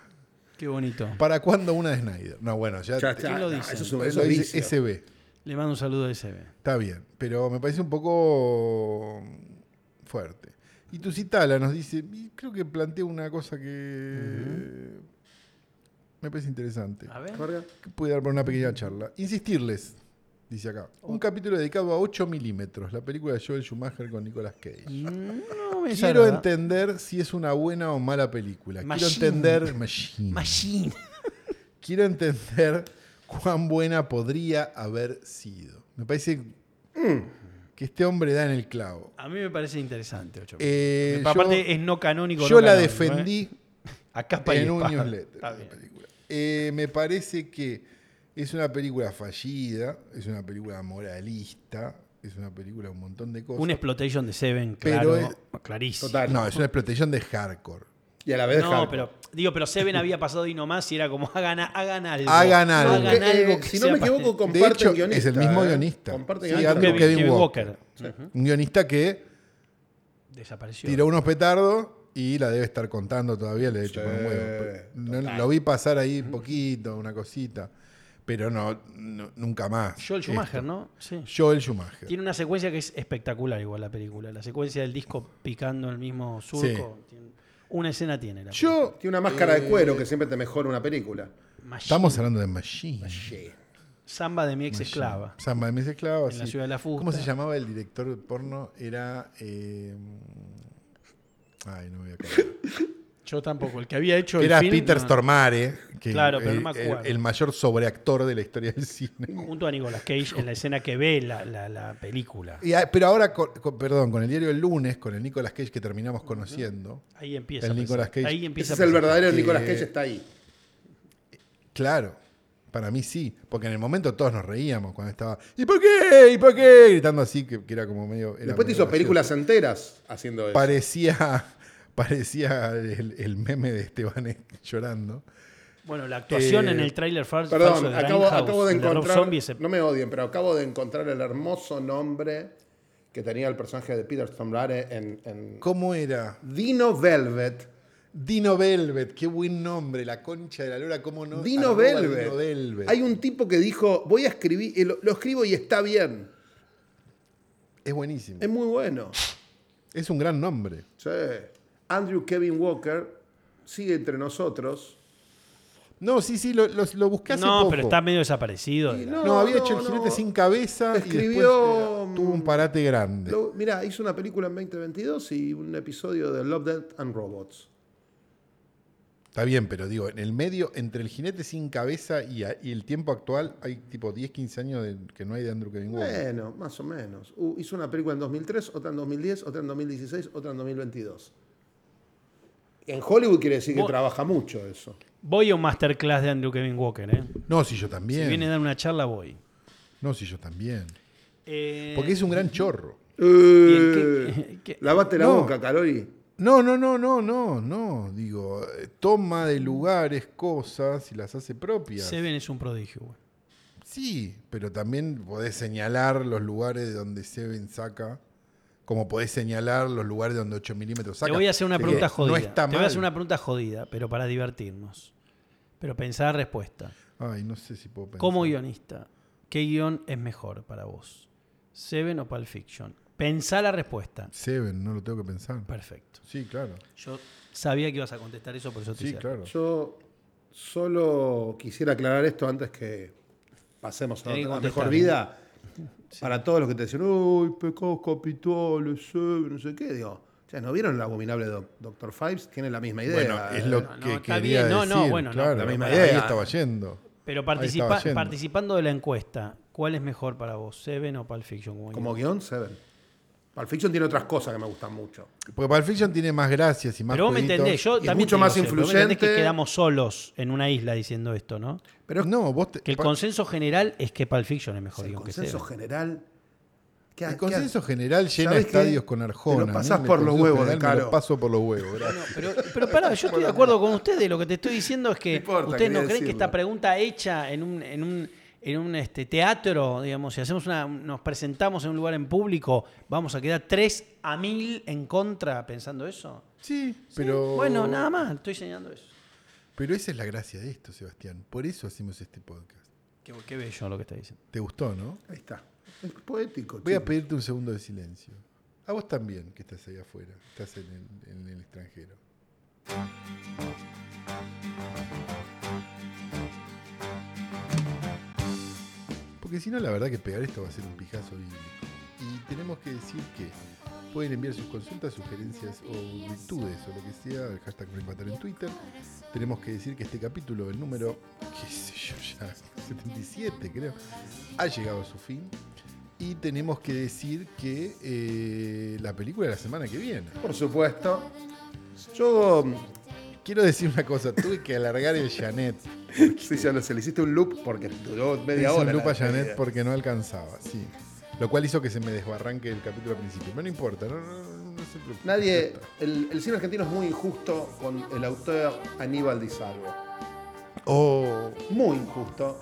C: Qué bonito.
B: ¿Para cuándo una de Snyder? No, bueno, ya,
A: Ya
B: te-
A: está,
C: ¿Quién lo
A: no,
C: dice?
A: Eso es
B: lo
A: un eso es
B: dice
A: vicio.
B: SB.
C: Le mando un saludo de SB.
B: Está bien, pero me parece un poco mm, fuerte. Y tu citala nos dice, y creo que plantea una cosa que me parece interesante,
C: A ver.
A: Marga,
B: que puede dar para una pequeña charla. Insistirles, dice acá, un capítulo dedicado a 8 milímetros, la película de Joel Schumacher con Nicolas Cage.
C: No me
B: Quiero
C: desagrada.
B: entender si es una buena o mala película.
C: Machine.
B: Quiero entender... Machine.
C: Machine.
B: Quiero entender cuán buena podría haber sido. Me parece que este hombre da en el clavo.
C: A mí me parece interesante, ocho.
B: Eh, yo-
C: Aparte, es no canónico.
B: yo,
C: no
B: la
C: canónico, ¿eh?
B: defendí
C: a capa y
B: en un
C: espada.
B: newsletter.
C: Está
B: de
C: bien.
B: película. Eh, me parece que es una película fallida, es una película moralista, es una película un montón de cosas.
C: Un exploitation de Seven,
B: Pero
C: claro.
B: es-
C: clarísimo.
A: Total.
B: no, es una explotación de hardcore.
A: Y a la vez
C: No,
A: hardcore.
C: pero digo, pero Seven había pasado y nomás y era como hagan, hagan algo.
B: Hagan algo.
A: Porque,
C: Hagan
A: eh,
C: algo que
A: si
C: sea
A: no me equivoco,
C: parte-
B: De
A: comparten
B: hecho,
A: guionista.
B: es el mismo
A: ¿eh?
B: guionista.
A: Comparten
B: Sí,
A: guionista.
B: Andrew
A: también.
C: Kevin,
B: Kevin
C: Kevin
B: Walker.
C: Walker.
B: Un guionista que
C: Desapareció.
B: Tiró unos petardos y la debe estar contando todavía, le he hecho
A: Sí,
B: con un huevo. Pero no-
A: total.
B: lo vi pasar ahí poquito, una cosita. Pero no, no- nunca más.
C: Joel Schumacher, ¿no? Sí.
B: Esto. Joel Schumacher.
C: Tiene una secuencia que es espectacular igual la película. La secuencia del disco picando el mismo surco. Tiene- Una escena tiene. La
B: Yo.
A: Tiene una máscara
C: Eh,
A: de cuero que siempre te mejora una película.
C: película. Machine.
B: Estamos hablando de Machine.
A: Sí.
C: Samba de mi ex esclava.
B: Samba de mis esclavos.
C: En la ciudad de la fusta.
B: ¿Cómo se llamaba el director de porno? Era. eh, Ay, no me voy a acordar.
C: Yo tampoco. El que había hecho
B: Era
C: el film,
B: Peter
C: no.
B: Stormare, que,
C: Claro, pero no me
B: eh,
C: acuerdo.
B: el- el mayor sobreactor de la historia del cine.
C: Junto a Nicolas Cage en la escena que ve la, la- la película.
B: Y a- pero ahora, con, con- perdón, con el diario El Lunes, con el Nicolas Cage que terminamos conociendo,
C: Ahí empieza.
B: El
C: a
B: Nicolas
C: presentar.
B: Cage.
C: Ahí
A: Ese
C: empieza. a
A: es el
C: presentar.
A: verdadero
B: Eh,
A: Nicolas Cage, está ahí.
B: claro, para mí sí, porque en el momento todos nos reíamos cuando estaba, ¿y por qué? ¿y por qué? Gritando así, que, que era como medio... era
A: Después te
B: medio
A: hizo
B: gracioso.
A: películas enteras haciendo eso.
B: Parecía, parecía el, el meme de Esteban llorando.
C: Bueno, la actuación
B: Eh,
C: en el tráiler fal- falso
A: Perdón,
C: de
A: acabo,
C: Grindhouse,
A: acabo de
C: Rob
A: encontrar.
C: Zombie se-
A: No me odien, pero acabo de encontrar el hermoso nombre que tenía el personaje de Peter Stormare en, en
B: ¿Cómo era?
A: Dino Velvet.
B: Dino Velvet, qué buen nombre, la concha de la lora, ¿cómo no?
A: Dino
B: Arroba
A: Velvet.
B: Dino Velvet.
A: Hay un tipo que dijo: Voy a escribir, y lo, lo escribo y está bien.
B: Es buenísimo,
A: Es muy bueno.
B: es un gran nombre.
A: Sí. Andrew Kevin Walker sigue entre nosotros.
B: No, sí, sí, lo, lo, lo busqué hace
C: No,
B: poco.
C: pero está medio desaparecido.
A: Y
B: No,
A: No,
B: había
A: no,
B: hecho el jinete
A: no.
B: sin cabeza y después
A: Escribió, mm,
B: eh, tuvo un parate grande.
A: Lo- mirá, hizo una película en 2022 y un episodio de Love, Death and Robots.
B: Está bien, pero digo, en el medio, entre el jinete sin cabeza y, a- y el tiempo actual, hay tipo 10, 15 años de- que no hay de Andrew Kevin Warren.
A: Bueno, más o menos. Uh, hizo una película en 2003, otra en 2010, otra en 2016, otra en 2022. En Hollywood quiere decir que
C: Vos-
A: trabaja mucho eso.
C: Voy a un masterclass de Andrew Kevin Walker, ¿eh?
B: No, si yo
C: Si
B: también.
C: viene a dar una charla, voy.
B: No, si yo también.
C: Eh,
B: Porque es un gran chorro.
C: en qué-
A: Eh,
C: qué-
A: Lavate la
B: No.
A: boca, Calori.
B: No, no, no, no, no, no. Digo, eh, toma de lugares cosas y las hace propias.
C: Seven es un prodigio, güey.
B: Sí, pero también podés señalar los lugares de donde Seven saca, como podés señalar los lugares de donde 8 milímetros saca.
C: Te voy a hacer una
B: Así que
C: pregunta jodida.
B: No está
C: Te voy
B: mal.
C: a hacer una pregunta jodida, pero para divertirnos. Pero pensar respuesta.
B: Ay, no sé si puedo pensar.
C: Como guionista, ¿qué guión es mejor para vos? ¿Seven o Pulp Fiction? Pensá la respuesta.
B: Seven, no lo tengo que pensar.
C: Perfecto.
B: Sí, claro.
C: Yo sabía que ibas a contestar eso, por eso te
B: Sí,
C: hice-
B: claro.
A: Yo solo quisiera aclarar esto antes que pasemos a,
C: Tenés que
A: otra- a
C: contestar,
A: mejor vida. Para todos los que te dicen, uy, pecados capitales, eh, no sé qué, digo. O sea, ¿no vieron el abominable Doctor Fives? Tiene la misma idea.
B: Bueno, es lo
C: No, no,
B: que
C: está
B: quería
C: bien. No,
B: decir.
C: no, bueno, no,
B: claro,
A: la misma
B: ahí
A: idea.
B: estaba yendo.
C: Pero
B: participa-
C: participa-
B: Ahí estaba yendo.
C: participando de la encuesta, ¿cuál es mejor para vos? ¿Seven o Pulp Fiction? como
A: Como
C: guion?
A: guión, Seven. Pulp Fiction tiene otras cosas que me gustan mucho.
B: Porque Pulp Fiction tiene más gracias y más
C: Pero vos me
B: jueguitos.
C: entendés, yo
A: Y
C: también.
A: mucho
C: te
A: más
C: digo, pero vos me entendés que
A: influyente.
C: quedamos solos en una isla diciendo esto, ¿no?
A: Pero es
B: No, vos te-
C: Que el
B: pa-
C: consenso general es que Pulp Fiction es mejor
A: el
C: guión que
A: consenso
C: Seven.
A: general. ¿Qué ha-
B: el
A: qué ha-
B: consenso general llena
A: ¿Sabés qué?
B: estadios con
A: Te lo
B: Arjona.
A: pasás
B: ¿no? El
A: por los
B: consenso
A: huevos de
B: general me lo
A: Caro.
B: paso por los huevos, gracias.
C: Pero, pero pará, yo estoy de acuerdo con ustedes. Lo que te estoy diciendo es que
A: No importa,
C: ustedes no
A: quería
C: creen que
A: decirlo.
C: esta pregunta hecha en un, en un, en un este, teatro, digamos, si hacemos una, nos presentamos en un lugar en público, vamos a quedar 3 a 1000 en contra pensando eso.
B: Sí,
C: Sí,
B: pero.
C: Bueno, nada más, estoy señalando eso.
B: Pero esa es la gracia de esto, Sebastián. Por eso hacemos este podcast.
C: Qué, qué bello lo que está diciendo.
B: ¿Te gustó, no?
A: Ahí está. Es poético.
B: Voy a
A: chico.
B: pedirte un segundo de silencio. A vos también, que estás ahí afuera, estás en el, en el extranjero. Porque si no, la verdad que pegar esto va a ser un pijazo bíblico. Y tenemos que decir que pueden enviar sus consultas, sugerencias o virtudes o lo que sea al hashtag Prepatar en Twitter. Tenemos que decir que este capítulo, el número, qué sé yo ya, 77 creo, ha llegado a su fin. Y tenemos que decir que eh, la película de la semana que viene.
A: Por supuesto. Yo.
B: Quiero decir una cosa, tuve que alargar el Janet.
A: Sí, ya lo sé, le hiciste un loop porque duró media
B: Hice
A: hora.
B: un loop
A: la
B: a Janet
A: despedida.
B: porque no alcanzaba, sí. Lo cual hizo que se me desbarranque el capítulo al principio. Pero no importa, no, no, no, no se preocupe.
A: Nadie.
B: Ya está.
A: El, el cine argentino es muy injusto con el autor Aníbal Di Salvo.
B: Oh,
A: Muy injusto.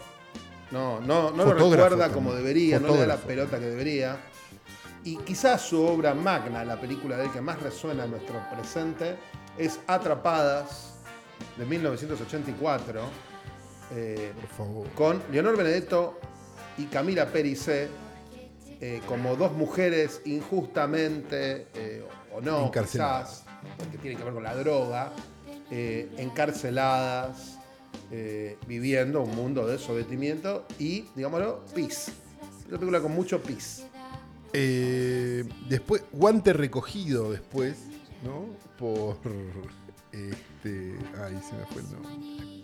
A: No, no, no lo
B: Fotógrafo
A: recuerda
B: también.
A: como debería, no le da la
B: Fotógrafo.
A: pelota que debería. Y quizás su obra magna, la película de él que más resuena en nuestro presente, es Atrapadas, de 1984. eh,
B: por favor.
A: con Leonor Benedetto y Camila Pericé eh, como dos mujeres injustamente eh, o no,
B: Encarceladas.
A: quizás, porque tiene que ver con la droga, eh, encarceladas, eh, viviendo un mundo de sometimiento y, digámoslo, pis. Es Una película con mucho pis.
B: Eh, después, guante recogido después, ¿no? Por. Este. Ay, se me fue el nombre.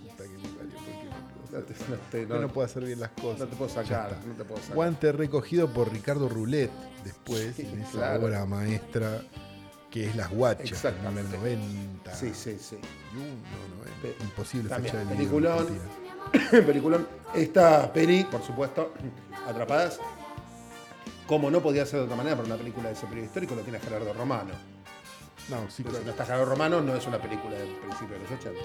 B: La puta que me parió, ¿por qué no puedo
A: No
B: hacer-
A: te, no te-
B: Yo
A: no-
B: no puedo hacer bien las cosas.
A: no te puedo
B: Ya
A: sacar,
B: está.
A: no te puedo sacar.
B: Guante recogido por Ricardo Roulette después,
A: Sí,
B: en esa
A: claro.
B: obra maestra que es Las Guachas, en el
A: Exactamente.
B: 90.
A: Sí, sí, sí.
B: 90.
A: Pe-
B: Imposible
A: también,
B: fecha de
A: peliculón. peliculón. Esta peli, por supuesto, Atrapadas, como no podía ser de otra manera, pero una película de ese periodo histórico lo tiene Gerardo Romano.
B: No, sí,
A: Si
B: claro.
A: no está Gerardo Romano, no es una película del principio de los 80.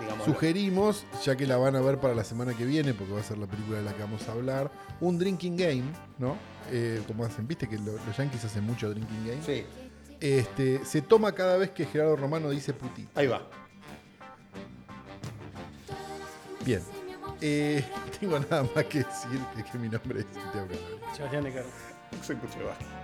A: Digamos.
B: Sugerimos, ya que la van a ver para la semana que viene, porque va a ser la película de la que vamos a hablar, un drinking game, ¿no? Eh, como hacen, viste que lo- los yankees hacen mucho drinking game.
A: Sí,
B: Este, se toma cada vez que Gerardo Romano dice putita.
A: ahí va.
B: Bien. Eh, tengo nada más que decir que, que mi nombre es Santiago Canario.
C: Sebastián de Caro.
A: Se escuchó, va.